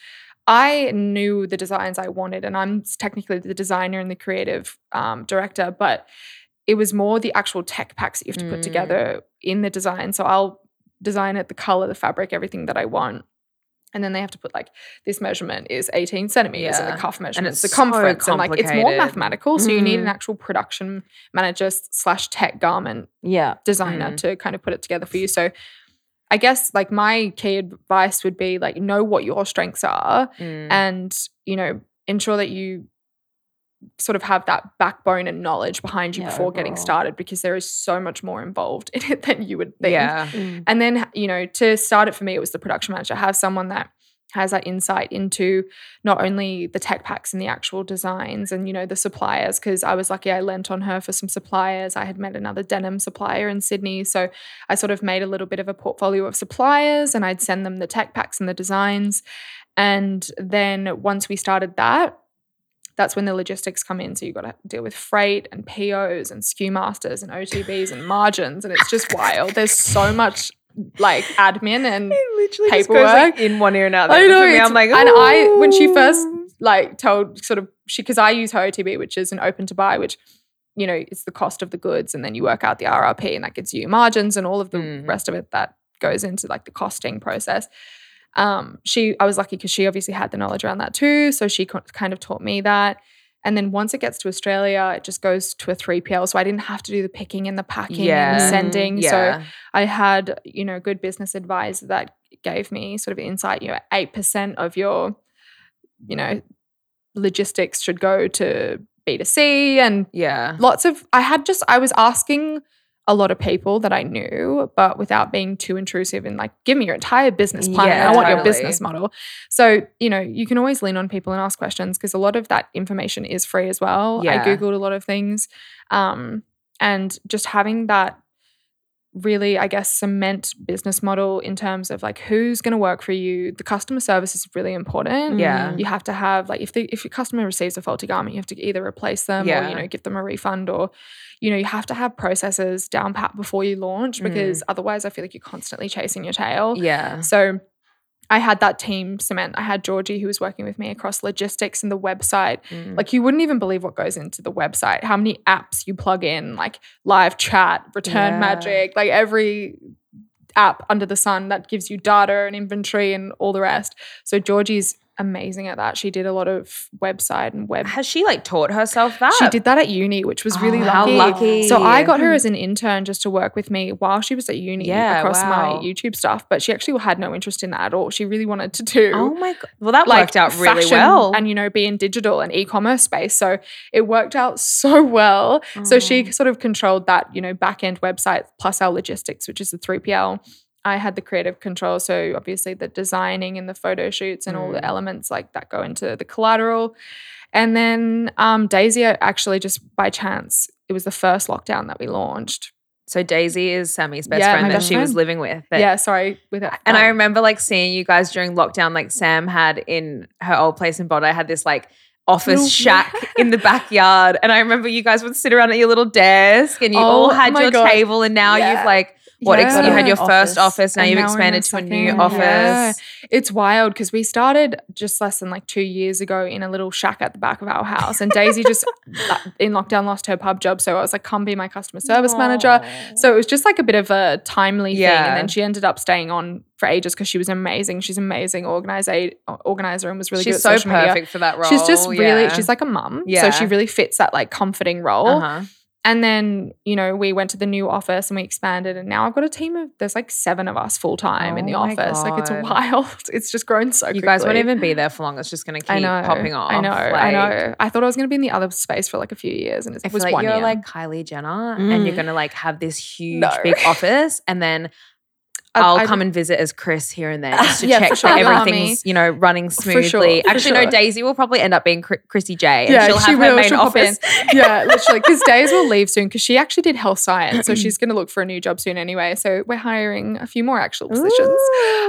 Speaker 2: I knew the designs I wanted, and I'm technically the designer and the creative um, director, but it was more the actual tech packs that you have to put
Speaker 1: Mm.
Speaker 2: together in the design. So I'll design it, the color, the fabric, everything that I want. And then they have to put like this measurement is 18 centimeters and
Speaker 1: Yeah.
Speaker 2: the cuff measurement
Speaker 1: it's
Speaker 2: the
Speaker 1: so
Speaker 2: conference and like it's more
Speaker 1: complicated.
Speaker 2: mathematical. So you need an
Speaker 3: Mm.
Speaker 2: actual production manager s- slash tech garment
Speaker 3: Yeah.
Speaker 2: designer
Speaker 1: Mm.
Speaker 3: Mm-hmm.
Speaker 2: to kind of put it together for you. So I guess like my key advice would be like know what your strengths are
Speaker 3: Mm-hmm.
Speaker 1: Mm.
Speaker 2: and you know ensure that you sort of have that backbone and knowledge behind you
Speaker 3: Yeah,
Speaker 2: before getting
Speaker 3: overall.
Speaker 2: started because there is so much more involved <laughs> in it than you would think.
Speaker 1: yeah.
Speaker 3: Mm.
Speaker 2: And then, you know, to start it for me, it was the production manager. Have someone that has that insight into not only the tech packs and the actual designs and, you know, the suppliers, because I was lucky I lent on her for some suppliers. I had met another denim supplier in Sydney. So I sort of made a little bit of a portfolio of suppliers and I'd send them the tech packs and the designs. And then once we started that, that's when the logistics come in. So you've got to deal with freight and POs and SKU masters and OTBs and margins. And it's just wild. There's so much like admin and
Speaker 1: It literally
Speaker 2: just goes, like,
Speaker 1: in one ear and out.
Speaker 2: the other. For me,
Speaker 1: I'm
Speaker 2: I'm
Speaker 1: like,
Speaker 2: like, "Oh." like told sort of she because I use her OTB, which is an open to buy, which you know it's the cost of the goods, and then you work out the RRP, and that gives you your margins and all of the
Speaker 1: Mhm.
Speaker 2: rest of it that goes into like the costing process. Um, she I was lucky because she obviously had the knowledge around that too, so she co- kind of taught me that. And then once it gets to Australia, it just goes to a 3PL. So I didn't have to do the picking and the packing and the
Speaker 1: Yeah.
Speaker 2: sending. So
Speaker 1: yeah.
Speaker 2: I had, you know, a good business advisor that gave me sort of insight, you know, 8% of your, you know, logistics should go to B2C and
Speaker 1: yeah.
Speaker 2: lots of, I had just, I was asking a lot of people that I knew, but without being too intrusive and like, give me your entire business plan.
Speaker 1: Yeah,
Speaker 2: I want your
Speaker 1: totally.
Speaker 2: business model. So, you know, you can always lean on people and ask questions because a lot of that information is free as well.
Speaker 1: Yeah.
Speaker 2: I Googled a lot of things. Um, and just having that really, I guess, cement business model in terms of like who's going to work for you. The customer service is really
Speaker 3: Mm-hmm.
Speaker 2: important.
Speaker 1: Yeah.
Speaker 2: You have to have like if the if your customer receives a faulty garment, you have to either replace them or
Speaker 1: Yeah.
Speaker 2: you know give them a refund or you know you have to have processes down pat before you launch because otherwise I feel like you're constantly chasing your tail.
Speaker 1: Mm. Yeah.
Speaker 2: So I had that team cement. I had Georgie who was working with me across logistics and the website.
Speaker 1: Mm.
Speaker 2: Like you wouldn't even believe what goes into the website, how many apps you plug in, like live chat, return
Speaker 1: Yeah.
Speaker 2: magic, like every app under the sun that gives you data and inventory and all the rest. So Georgie's amazing at that. She did a lot of website and web.
Speaker 1: Has she like taught herself that?
Speaker 2: She did that at uni, which was really
Speaker 1: Oh, how
Speaker 2: lucky.
Speaker 1: lucky.
Speaker 2: So I got her as an intern just to work with me while she was at uni
Speaker 1: Yeah,
Speaker 2: across
Speaker 1: wow.
Speaker 2: my YouTube stuff. But she actually had no interest in that at all. She really wanted to do
Speaker 1: Oh my god. Well, that
Speaker 2: like
Speaker 1: worked out really
Speaker 2: fashion
Speaker 1: well.
Speaker 2: and you know be in digital and e-commerce space so it worked out <laughs> so well so
Speaker 1: Mm.
Speaker 2: she sort of controlled that you know back end website plus our logistics which is the 3pl i had the creative control so obviously the designing and the photo shoots and all
Speaker 1: Mm.
Speaker 2: the elements like that go into the collateral and then um, daisy actually just by chance it was the first lockdown that we launched
Speaker 1: so Daisy is Sammy's best
Speaker 2: Yeah,
Speaker 1: friend
Speaker 2: my
Speaker 1: that
Speaker 2: best
Speaker 1: she was
Speaker 2: friend.
Speaker 1: living with. But
Speaker 2: yeah Um, sorry with it
Speaker 1: And I remember like seeing you guys during lockdown, like Sam had in her old place in Bondi had this like office
Speaker 2: Little-
Speaker 1: shack in the backyard. And I remember you guys would sit around at your little desk and you all
Speaker 2: Oh
Speaker 1: had
Speaker 2: my
Speaker 1: your
Speaker 2: God.
Speaker 1: table. And now
Speaker 2: Yeah.
Speaker 1: you've like, what, ex- you had your
Speaker 3: Yeah.
Speaker 1: first
Speaker 3: Office.
Speaker 1: office, now
Speaker 2: And
Speaker 1: you've
Speaker 2: now we're in
Speaker 1: expanded to
Speaker 2: our
Speaker 1: a new
Speaker 2: second.
Speaker 1: office.
Speaker 2: Yeah. It's wild because we started just less than like two years ago in a little shack at the back of our house. And Daisy
Speaker 1: <laughs>
Speaker 2: just like, in lockdown lost her pub job. So I was like, come be my customer service manager. So it was just like a bit of a timely thing.
Speaker 1: Yeah.
Speaker 2: And then she ended up staying on for ages because she was amazing. She's an amazing organizer, organizer and was really
Speaker 1: she's
Speaker 2: good
Speaker 1: so
Speaker 2: at social media.
Speaker 1: perfect for that role.
Speaker 2: She's just really,
Speaker 1: yeah.
Speaker 2: she's like a mum.
Speaker 1: Yeah.
Speaker 2: So she really fits that like comforting role.
Speaker 1: Uh-huh.
Speaker 2: And then, you know, we went to the new office and we expanded. And now I've got a team of, there's like seven of us full time in
Speaker 1: Oh my
Speaker 2: the office. Like it's
Speaker 1: God.
Speaker 2: wild. <laughs> It's just grown so
Speaker 1: You
Speaker 2: quickly.
Speaker 1: guys won't even be there for long. It's just going to keep
Speaker 2: I know,
Speaker 1: popping off.
Speaker 2: I know. I
Speaker 1: like-
Speaker 2: know. I thought I was going to be in the other space for like a few years and it
Speaker 1: I feel
Speaker 2: was
Speaker 1: like
Speaker 2: one
Speaker 1: you're
Speaker 2: year.
Speaker 1: like Kylie Jenner and you're gonna like have this huge
Speaker 2: No.
Speaker 1: big office and then
Speaker 2: I-
Speaker 1: I'll
Speaker 2: I-
Speaker 1: come and visit as Chris here and
Speaker 2: <laughs>
Speaker 1: there just to
Speaker 2: Yeah, for
Speaker 1: check
Speaker 2: sure.
Speaker 1: that
Speaker 2: You'll have
Speaker 1: everything's, you know, running
Speaker 2: sure,
Speaker 1: smoothly.
Speaker 2: for
Speaker 1: Actually,
Speaker 2: sure.
Speaker 1: no, Daisy will probably end up being Chr- Chrissy J and
Speaker 2: Yeah,
Speaker 1: she'll
Speaker 2: she
Speaker 1: have her
Speaker 2: will.
Speaker 1: main
Speaker 2: She'll pop in. Uh,
Speaker 1: office.
Speaker 2: <laughs> yeah, literally. Because Days will leave soon because she actually did health science.
Speaker 1: <clears throat>
Speaker 2: So she's going to look for a new job soon anyway. So we're hiring a few more actual positions.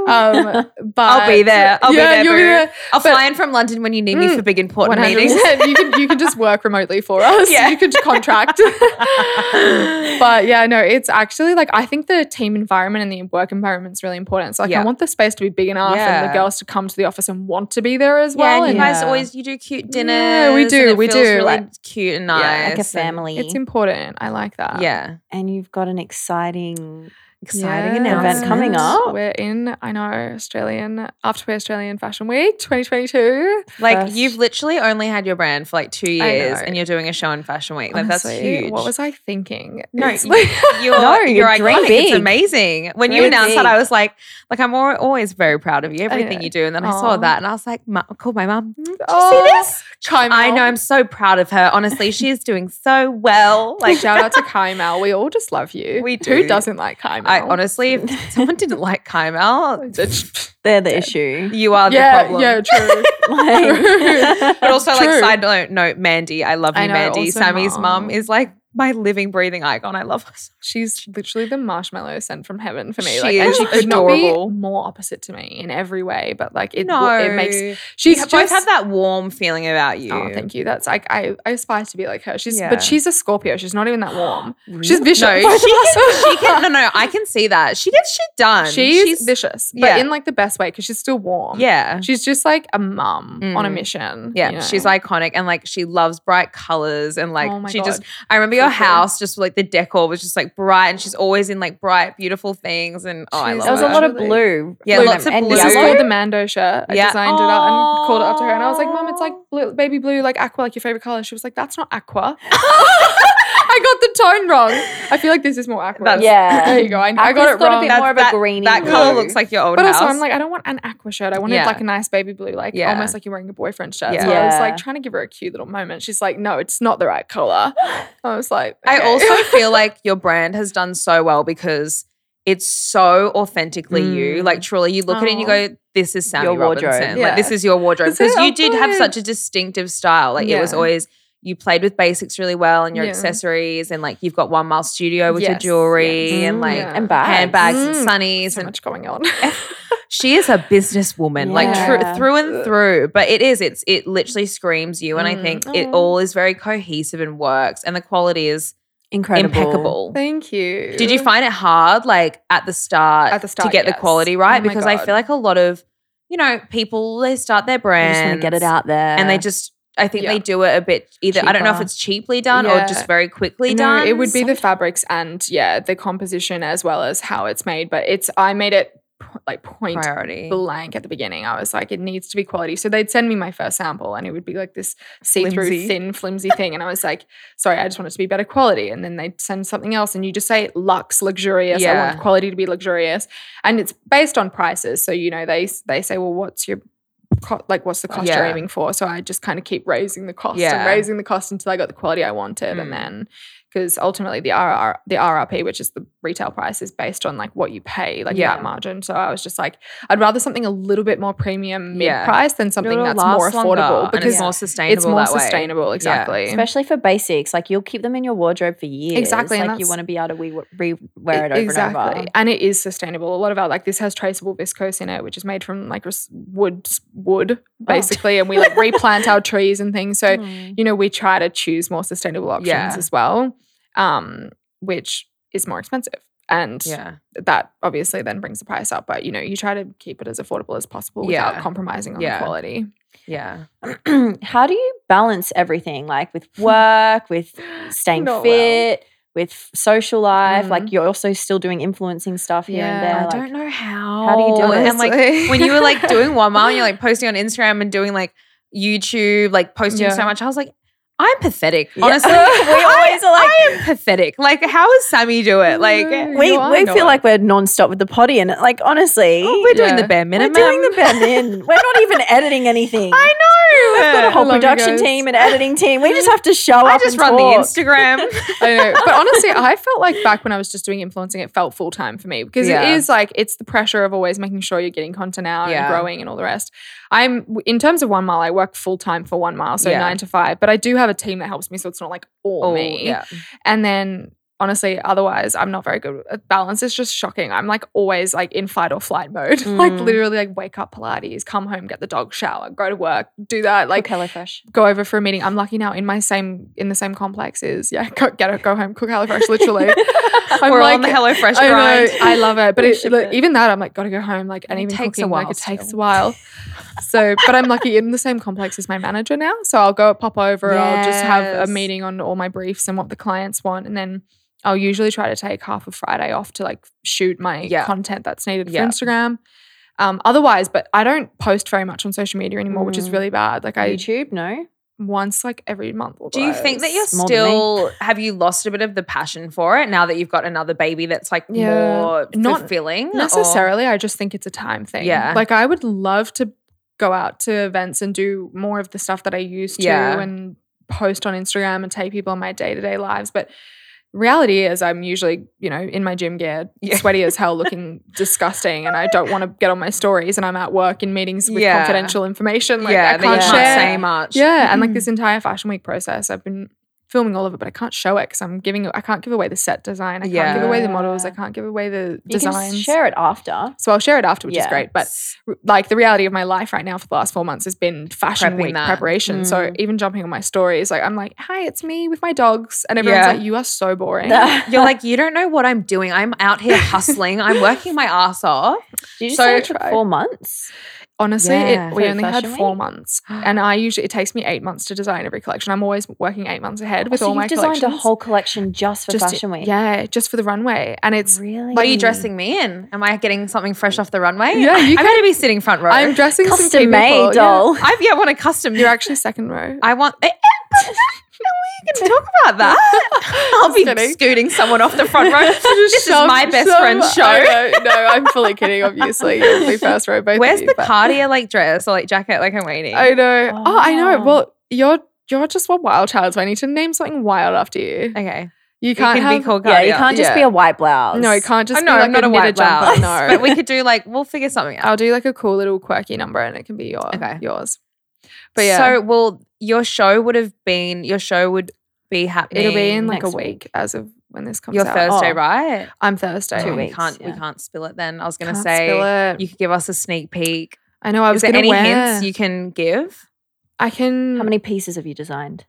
Speaker 2: Um,
Speaker 1: <laughs>
Speaker 2: but
Speaker 1: I'll be there. I'll be
Speaker 2: yeah,
Speaker 1: there,
Speaker 2: You'll be
Speaker 1: boo.
Speaker 2: there.
Speaker 1: I'll
Speaker 2: but-
Speaker 1: fly in from London when you need me
Speaker 2: Mm,
Speaker 1: for big important
Speaker 2: 100%.
Speaker 1: meetings.
Speaker 2: <laughs> you can you can just work
Speaker 1: <laughs>
Speaker 2: remotely for us.
Speaker 1: Yeah.
Speaker 2: You could
Speaker 1: <laughs>
Speaker 2: contract. but yeah, no, it's actually like I think the team environment and the work environment is really important. So like I
Speaker 1: Yeah.
Speaker 2: want the space to be big enough and the
Speaker 1: Yeah.
Speaker 2: girls to come to the office and want to be there as
Speaker 1: Yeah,
Speaker 2: well.
Speaker 1: and you
Speaker 2: and
Speaker 1: guys
Speaker 3: Yeah.
Speaker 1: always you do cute dinners.
Speaker 2: Yeah, we
Speaker 1: and
Speaker 2: do,
Speaker 1: it
Speaker 2: we
Speaker 1: feels
Speaker 2: do,
Speaker 1: really
Speaker 2: like-
Speaker 1: cute and
Speaker 2: Yeah,
Speaker 1: nice.
Speaker 3: like a
Speaker 1: and-
Speaker 3: family.
Speaker 2: it's important. I like that.
Speaker 1: Yeah.
Speaker 3: and you've got an exciting
Speaker 1: Exciting
Speaker 2: Yes.
Speaker 3: event coming
Speaker 1: announcement.
Speaker 3: up.
Speaker 2: We're in, I know, Australian after Australian Fashion Week 2022.
Speaker 1: Like
Speaker 3: First-
Speaker 1: you've literally only had your brand for like two
Speaker 2: I
Speaker 1: years,
Speaker 2: know.
Speaker 1: and you're doing a show in Fashion Week. Like that's
Speaker 2: Honestly,
Speaker 1: huge.
Speaker 2: What was I thinking?
Speaker 1: No,
Speaker 2: It's
Speaker 1: you-
Speaker 2: like-
Speaker 1: <laughs> You're,
Speaker 3: No,
Speaker 1: you're,
Speaker 2: <laughs>
Speaker 3: you're dream
Speaker 1: iconic.
Speaker 3: big.
Speaker 1: It's amazing. When you
Speaker 3: Dream
Speaker 1: announced that,
Speaker 3: big.
Speaker 1: I was like, like I'm al- always very proud of you, everything
Speaker 2: know.
Speaker 1: you do. And then I
Speaker 2: Oh, Aw.
Speaker 1: saw that, and I was like, "Mu- I called my mum. Mm, Did
Speaker 2: Oh,
Speaker 1: you see this?
Speaker 2: Kai
Speaker 1: I know.
Speaker 2: Mel.
Speaker 1: I'm so proud of her. Honestly, she is doing so well. Like
Speaker 2: <laughs> shout
Speaker 1: <laughs>
Speaker 2: out to Kai Mel. We all just love you.
Speaker 1: We
Speaker 2: Who
Speaker 1: do.
Speaker 2: doesn't like Kai Mel?
Speaker 1: I honestly, if someone didn't like
Speaker 2: <laughs>
Speaker 1: Kaimel,
Speaker 3: They're the
Speaker 1: <laughs>
Speaker 3: issue.
Speaker 1: you are the
Speaker 2: yeah,
Speaker 1: problem. <laughs>
Speaker 2: yeah, true.
Speaker 3: <laughs> Like-
Speaker 1: But also,
Speaker 2: True.
Speaker 1: like side note, note, Mandy, I love you,
Speaker 2: I know,
Speaker 1: Mandy.
Speaker 2: also
Speaker 1: Sammy's
Speaker 2: mum.
Speaker 1: mum is like my living, breathing icon. I love her. so
Speaker 2: She's literally the marshmallow sent from heaven for me.
Speaker 1: She
Speaker 2: like, and
Speaker 1: is
Speaker 2: she could
Speaker 1: adorable.
Speaker 2: not be more opposite to me in every way. But like, it
Speaker 1: no,
Speaker 2: it makes
Speaker 1: you
Speaker 2: she's
Speaker 1: ha- both
Speaker 2: just
Speaker 1: have that warm feeling about you.
Speaker 2: Oh, thank you. That's like I, I aspire to be like her. She's
Speaker 1: Yeah.
Speaker 2: but she's a Scorpio. She's not even
Speaker 1: <gasps>
Speaker 2: that warm. She's vicious.
Speaker 1: No, she
Speaker 2: Both of us.
Speaker 1: can, she can. No, no, I can see that. She gets shit done.
Speaker 2: she's, vicious, but
Speaker 1: yeah.
Speaker 2: in like the best way because she's still warm.
Speaker 1: yeah,
Speaker 2: she's just like a mum on a
Speaker 1: Mm.
Speaker 2: mission.
Speaker 1: yeah.
Speaker 2: you know?
Speaker 1: She's iconic and like she loves bright colors and like
Speaker 2: Oh my
Speaker 1: she just.
Speaker 2: God.
Speaker 1: I remember your
Speaker 2: For sure.
Speaker 1: house, just like the decor was just like bright, and she's always in like bright, beautiful things. And oh, I
Speaker 2: She's-
Speaker 1: love
Speaker 3: There was a
Speaker 1: her.
Speaker 3: lot of
Speaker 2: Really?
Speaker 3: blue.
Speaker 1: Yeah,
Speaker 3: from
Speaker 1: lots
Speaker 3: them.
Speaker 1: of
Speaker 3: And
Speaker 1: blue.
Speaker 2: This is
Speaker 3: yellow.
Speaker 2: called the Mando shirt. I
Speaker 1: Yeah.
Speaker 2: designed it out and called it after her, and I was like, "Mom, it's like
Speaker 1: Aww.
Speaker 2: blue, baby blue, like aqua, like your favorite color." She was like, "That's not
Speaker 1: <laughs>
Speaker 2: aqua." I got the tone wrong. I feel like this is more aqua.
Speaker 1: That's-
Speaker 2: <laughs>
Speaker 3: Yeah.
Speaker 2: there you go. I, I
Speaker 3: Aqua's
Speaker 2: got it
Speaker 3: got a
Speaker 2: wrong.
Speaker 3: bit
Speaker 1: That's-
Speaker 3: more of a
Speaker 1: that,
Speaker 3: greeny
Speaker 1: That
Speaker 3: blue.
Speaker 1: color looks like your old
Speaker 2: But
Speaker 1: house.
Speaker 2: also, I'm like, I don't want an aqua shirt. I wanted
Speaker 1: Yeah.
Speaker 2: like a nice baby blue, like
Speaker 1: Yeah.
Speaker 2: almost like you're wearing a boyfriend shirt.
Speaker 1: Yeah.
Speaker 2: So I was
Speaker 3: Yeah.
Speaker 2: like trying to give her a cute little moment. She's like, no, it's not the right color. I was like,
Speaker 1: I
Speaker 2: okay. <laughs>
Speaker 1: also feel like your brand has done so well because it's so authentically you.
Speaker 3: Mm.
Speaker 1: Like truly, you look at it and you
Speaker 2: Oh.
Speaker 1: go, "This is Sammy
Speaker 3: Your wardrobe.
Speaker 1: Robinson.
Speaker 2: Yeah.
Speaker 1: Like this is your wardrobe."
Speaker 2: Is it?
Speaker 1: Because
Speaker 2: Oh,
Speaker 1: you did have
Speaker 2: good.
Speaker 1: such a distinctive style. Like it was
Speaker 2: Yeah.
Speaker 1: always you played with basics really well and your
Speaker 2: Yeah.
Speaker 1: accessories, and like you've got one mile studio with
Speaker 2: Yes,
Speaker 1: your jewelry
Speaker 2: yes.
Speaker 1: and like
Speaker 2: Yeah.
Speaker 3: and bags.
Speaker 1: Mm, handbags
Speaker 2: Mm.
Speaker 1: and sunnies
Speaker 2: so
Speaker 1: and
Speaker 2: much going on.
Speaker 1: she is a businesswoman, like
Speaker 3: Yeah.
Speaker 1: tr- through and through. But it is, it's it literally screams you, and I
Speaker 2: Mm.
Speaker 1: think it
Speaker 2: Aw.
Speaker 1: all is very cohesive and works, and the quality is
Speaker 3: Incredible.
Speaker 1: impeccable.
Speaker 2: <laughs> Thank you.
Speaker 1: Did you find it hard, like at the start,
Speaker 2: At the start,
Speaker 1: to get
Speaker 2: yes.
Speaker 1: the quality
Speaker 2: Oh
Speaker 1: right?
Speaker 2: my
Speaker 1: because I
Speaker 2: God.
Speaker 1: feel like a lot of you know people they start their
Speaker 3: I
Speaker 1: brand,
Speaker 3: just want to get it out there.
Speaker 1: and they just. I think
Speaker 2: Yeah.
Speaker 1: they do it a bit either. I don't know if
Speaker 3: Cheaper.
Speaker 1: it's cheaply done
Speaker 2: Yeah.
Speaker 1: or just very quickly
Speaker 2: No,
Speaker 1: done.
Speaker 2: it would be the fabrics and yeah, the composition as well as how it's made. But it's I made it p- like point
Speaker 1: priority.
Speaker 2: blank at the beginning. I was like, it needs to be quality. So they'd send me my first sample and it would be like this see through,
Speaker 1: Flimsy.
Speaker 2: thin, flimsy thing. And I was like, sorry, I just want it to be better quality. And then they'd send something else and you just say luxe, luxurious. I
Speaker 1: Yeah.
Speaker 2: want quality to be luxurious. And it's based on prices. So, you know, they they say, well, what's your co- like what's the cost you're
Speaker 1: Yeah.
Speaker 2: aiming for? So I just kind of keep raising the cost
Speaker 1: Yeah.
Speaker 2: and raising the cost until I got the quality I wanted,
Speaker 1: Mm.
Speaker 2: and then because ultimately the RR the RRP, which is the retail price, is based on like what you pay, like
Speaker 1: Yeah.
Speaker 2: that margin. So I was just like, I'd rather something a little bit more premium mid
Speaker 1: Yeah.
Speaker 2: price than something
Speaker 1: It'll
Speaker 2: that's
Speaker 1: last
Speaker 2: more
Speaker 1: longer
Speaker 2: affordable
Speaker 1: and
Speaker 2: because
Speaker 1: it's more sustainable.
Speaker 2: it's more
Speaker 1: that way.
Speaker 2: sustainable. Exactly.
Speaker 3: Especially for basics, like you'll keep them in your wardrobe for years.
Speaker 2: Exactly, and
Speaker 3: Like you
Speaker 2: that's-
Speaker 3: want to be able to re- re- wear it
Speaker 2: E-
Speaker 3: over
Speaker 2: exactly.
Speaker 3: and over.
Speaker 2: it is sustainable. A lot of our like this has traceable viscose in it, which is made from like res- wood
Speaker 1: Oh.
Speaker 2: wood basically, and we like
Speaker 1: <laughs>
Speaker 2: replant our trees and things. So you know, we try to choose more sustainable options
Speaker 1: Mm. Yeah.
Speaker 2: as well, um, which is more expensive. And
Speaker 1: Yeah.
Speaker 2: that obviously then brings the price up. But you know, you try to keep it as affordable as possible
Speaker 1: Yeah.
Speaker 2: without compromising on
Speaker 1: Yeah.
Speaker 2: the quality.
Speaker 1: Yeah.
Speaker 3: Mm. <clears throat> how do you balance everything like with work with
Speaker 2: <gasps>
Speaker 3: staying
Speaker 2: Not well.
Speaker 3: fit with f- social life
Speaker 2: Mhm.
Speaker 3: like you're also still doing influencing stuff here
Speaker 2: Yeah,
Speaker 3: and there
Speaker 1: I
Speaker 3: like,
Speaker 1: don't know how.
Speaker 3: do you do it?
Speaker 2: <laughs>
Speaker 1: And like when you were like doing one mile and you're like posting on Instagram and doing like YouTube, like posting
Speaker 2: Yeah.
Speaker 1: so much, I was like, I'm pathetic.
Speaker 3: <laughs>
Speaker 1: Honestly,
Speaker 3: we always are like,
Speaker 1: I am pathetic. Like, how does Sammy do it? Like,
Speaker 2: No.
Speaker 3: we,
Speaker 2: You are
Speaker 3: we
Speaker 2: not.
Speaker 3: feel like we're nonstop with the potty, and like honestly,
Speaker 2: Oh,
Speaker 1: we're doing
Speaker 2: Yeah.
Speaker 1: the bare
Speaker 3: we're
Speaker 1: minimum.
Speaker 3: doing the
Speaker 2: <laughs>
Speaker 3: bare min. We're not even editing anything.
Speaker 1: I know.
Speaker 3: <laughs> We've got a whole
Speaker 2: love you
Speaker 3: production
Speaker 2: guys.
Speaker 3: team and editing team. We
Speaker 2: <laughs>
Speaker 3: just have to show
Speaker 1: I
Speaker 3: up.
Speaker 1: just
Speaker 3: and
Speaker 1: run
Speaker 3: talk.
Speaker 1: the Instagram.
Speaker 3: <laughs>
Speaker 2: I know. But honestly, I felt like back when I was just doing influencing, it felt full time for me because
Speaker 1: Yeah.
Speaker 2: it is like it's the pressure of always making sure you're getting content out
Speaker 1: Yeah.
Speaker 2: and growing and all the rest. I'm in terms of one mile, I work full time for one mile, so
Speaker 1: Yeah.
Speaker 2: nine to five. But I do have a team that helps me, so it's not like all
Speaker 1: Oh,
Speaker 2: me.
Speaker 1: yeah.
Speaker 2: And then honestly, otherwise, I'm not very good. At balance is just shocking. I'm like always like in fight or flight mode. <laughs> like
Speaker 3: Mm.
Speaker 2: literally, like wake up, Pilates, come home, get the dog shower, go to work, do that. Like
Speaker 3: HelloFresh.
Speaker 2: go over for a meeting. I'm lucky now in my same in the same complex is yeah, go, get it, go home, cook
Speaker 1: <laughs>
Speaker 2: HelloFresh. Literally, I'm
Speaker 1: We're all
Speaker 2: like-
Speaker 1: on the HelloFresh
Speaker 2: I know,
Speaker 1: grind.
Speaker 2: I love it, but
Speaker 3: We
Speaker 2: it,
Speaker 3: should
Speaker 2: like,
Speaker 3: go.
Speaker 2: even that I'm like gotta go home. Like and
Speaker 1: It
Speaker 2: even
Speaker 1: takes a
Speaker 2: cooking,
Speaker 1: while
Speaker 2: like it takes a
Speaker 1: still.
Speaker 2: while. So, but I'm lucky in the same complex as my manager now. So I'll go pop over. I'll just have
Speaker 1: Yes.
Speaker 2: a meeting on all my briefs and what the clients want, and then. I'll usually try to take half of Friday off to like shoot my
Speaker 1: Yeah.
Speaker 2: content that's needed
Speaker 1: Yeah.
Speaker 2: for Instagram. Um, otherwise, but I don't post very much on social media anymore, which is
Speaker 3: Mm.
Speaker 2: really bad. Like I
Speaker 3: YouTube, no.
Speaker 2: once like every month. Or
Speaker 1: Do you think that you're
Speaker 3: It's more than me.
Speaker 1: still have you lost a bit of the passion for it now that you've got another baby that's like
Speaker 2: Yeah.
Speaker 1: more
Speaker 2: Not
Speaker 1: fulfilling? or-
Speaker 2: necessarily? I just think it's a time thing.
Speaker 1: Yeah.
Speaker 2: like I would love to go out to events and do more of the stuff that I used to
Speaker 1: Yeah.
Speaker 2: and post on Instagram and take people on my day to day lives, but. Reality is, I'm usually, you know, in my gym gear,
Speaker 1: Yeah.
Speaker 2: sweaty
Speaker 1: <laughs>
Speaker 2: as hell, looking disgusting, and I don't want to get on my stories. And I'm at work in meetings with
Speaker 1: Yeah.
Speaker 2: confidential information. Like,
Speaker 1: yeah,
Speaker 2: I
Speaker 1: that you
Speaker 2: can't
Speaker 1: can't
Speaker 2: share.
Speaker 1: say much.
Speaker 2: Yeah, and like <laughs>
Speaker 3: Mm-hmm.
Speaker 2: this entire fashion week process, I've been filming all of it, but I can't show it because I'm giving. I can't give away the set design. I can't give away the models. I
Speaker 3: Yeah.
Speaker 2: can't give away the
Speaker 3: You can
Speaker 2: designs.
Speaker 3: just share it after.
Speaker 2: So I'll share it after, which is
Speaker 3: Yeah.
Speaker 2: great. But r- like the reality of my life right now for the last four months has been fashion
Speaker 1: Prepping
Speaker 2: week
Speaker 1: that.
Speaker 2: preparation. So
Speaker 3: Mm.
Speaker 2: even jumping on my stories, like I'm like, "Hi, it's me with my dogs," and everyone's
Speaker 1: Yeah.
Speaker 2: like, "You are so
Speaker 3: <laughs>
Speaker 2: boring."
Speaker 1: You're like, you don't know what I'm doing. I'm out here hustling. I'm working my ass off.
Speaker 3: Did you
Speaker 2: So
Speaker 3: say it took
Speaker 2: tried.
Speaker 3: four months?
Speaker 2: Honestly,
Speaker 1: Yeah.
Speaker 2: it, we
Speaker 3: For
Speaker 2: only had
Speaker 3: Fashion
Speaker 2: four
Speaker 3: Week? <gasps>
Speaker 2: months, and I usually it takes me eight months to design every collection. I'm always working eight months ahead with
Speaker 3: Oh, so
Speaker 2: all
Speaker 3: you
Speaker 2: my
Speaker 3: have designed a
Speaker 2: collections.
Speaker 3: whole collection just for
Speaker 2: Just-
Speaker 3: Fashion Week.
Speaker 2: yeah, just for the runway, and it's
Speaker 3: Really?
Speaker 1: What are you dressing me in? Am I getting something fresh off the runway?
Speaker 2: Mm. Yeah, you
Speaker 1: I'm going to be sitting front row. <laughs>
Speaker 2: I'm
Speaker 1: I'm,
Speaker 2: dressing some
Speaker 3: Custom
Speaker 2: people. Oh
Speaker 3: made doll.
Speaker 1: yeah, I want a custom.
Speaker 2: Yeah. You're actually second row.
Speaker 1: I want. we can talk about that.
Speaker 2: <laughs>
Speaker 1: <laughs> I'll be
Speaker 2: kidding.
Speaker 1: scooting someone off the front
Speaker 2: <laughs>
Speaker 1: row. <laughs> this is my best friend's
Speaker 2: I
Speaker 1: show.
Speaker 2: know, No, I'm fully
Speaker 1: <laughs>
Speaker 2: kidding. Obviously, you'll be first row. Both of
Speaker 1: Where's
Speaker 2: you,
Speaker 1: the
Speaker 2: but-
Speaker 1: cardia like dress or like jacket? Like I'm waiting.
Speaker 2: I know. Oh, I know.
Speaker 3: Wow.
Speaker 2: Well, you're you're just one wild child. So I need to name something wild after you.
Speaker 1: okay,
Speaker 2: You can't
Speaker 1: it can
Speaker 2: have.
Speaker 1: be called
Speaker 3: Yeah,
Speaker 1: cardia.
Speaker 3: you can't just
Speaker 2: Yeah.
Speaker 3: be a white blouse.
Speaker 2: no, it can't just
Speaker 1: oh, no,
Speaker 2: be like
Speaker 1: I'm not a,
Speaker 2: a
Speaker 1: white
Speaker 2: knitted
Speaker 1: blouse. <laughs>
Speaker 2: jumper.
Speaker 1: But
Speaker 2: No,
Speaker 1: we could do like we'll figure something out.
Speaker 2: I'll do like a cool little quirky number, and it can be your
Speaker 1: Okay.
Speaker 2: yours. But yeah,
Speaker 1: So well, your show would have been your show would be happening.
Speaker 2: it'll be in like a
Speaker 3: next
Speaker 2: week,
Speaker 3: week.
Speaker 2: as of when this comes
Speaker 1: your
Speaker 2: out.
Speaker 1: Thursday,
Speaker 3: Oh.
Speaker 1: right?
Speaker 2: I'm Thursday.
Speaker 3: Two
Speaker 1: Oh, we
Speaker 3: weeks,
Speaker 1: can't we
Speaker 3: yeah.
Speaker 1: can't spill it then. I was gonna
Speaker 2: Can't spill
Speaker 1: say
Speaker 2: it.
Speaker 1: you could give us a sneak peek.
Speaker 2: I know. I was
Speaker 1: Is there
Speaker 2: gonna
Speaker 1: any
Speaker 2: wear.
Speaker 1: hints you can give?
Speaker 2: I can.
Speaker 3: How many pieces have you designed?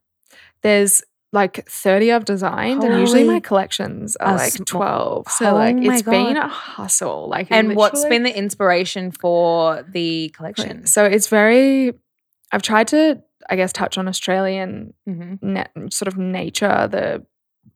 Speaker 2: There's like 30 I've designed, and usually
Speaker 1: Holy-
Speaker 2: my collections are
Speaker 1: A
Speaker 2: like
Speaker 1: sm-
Speaker 2: 12. So
Speaker 1: Oh
Speaker 2: like
Speaker 1: my
Speaker 2: it's been
Speaker 1: God.
Speaker 2: a hustle. Like
Speaker 1: And what's
Speaker 2: literally-
Speaker 1: been the inspiration for the collection?
Speaker 2: So it's very. I've tried to, I guess, touch on Australian
Speaker 1: Mm-hmm.
Speaker 2: na- sort of nature, the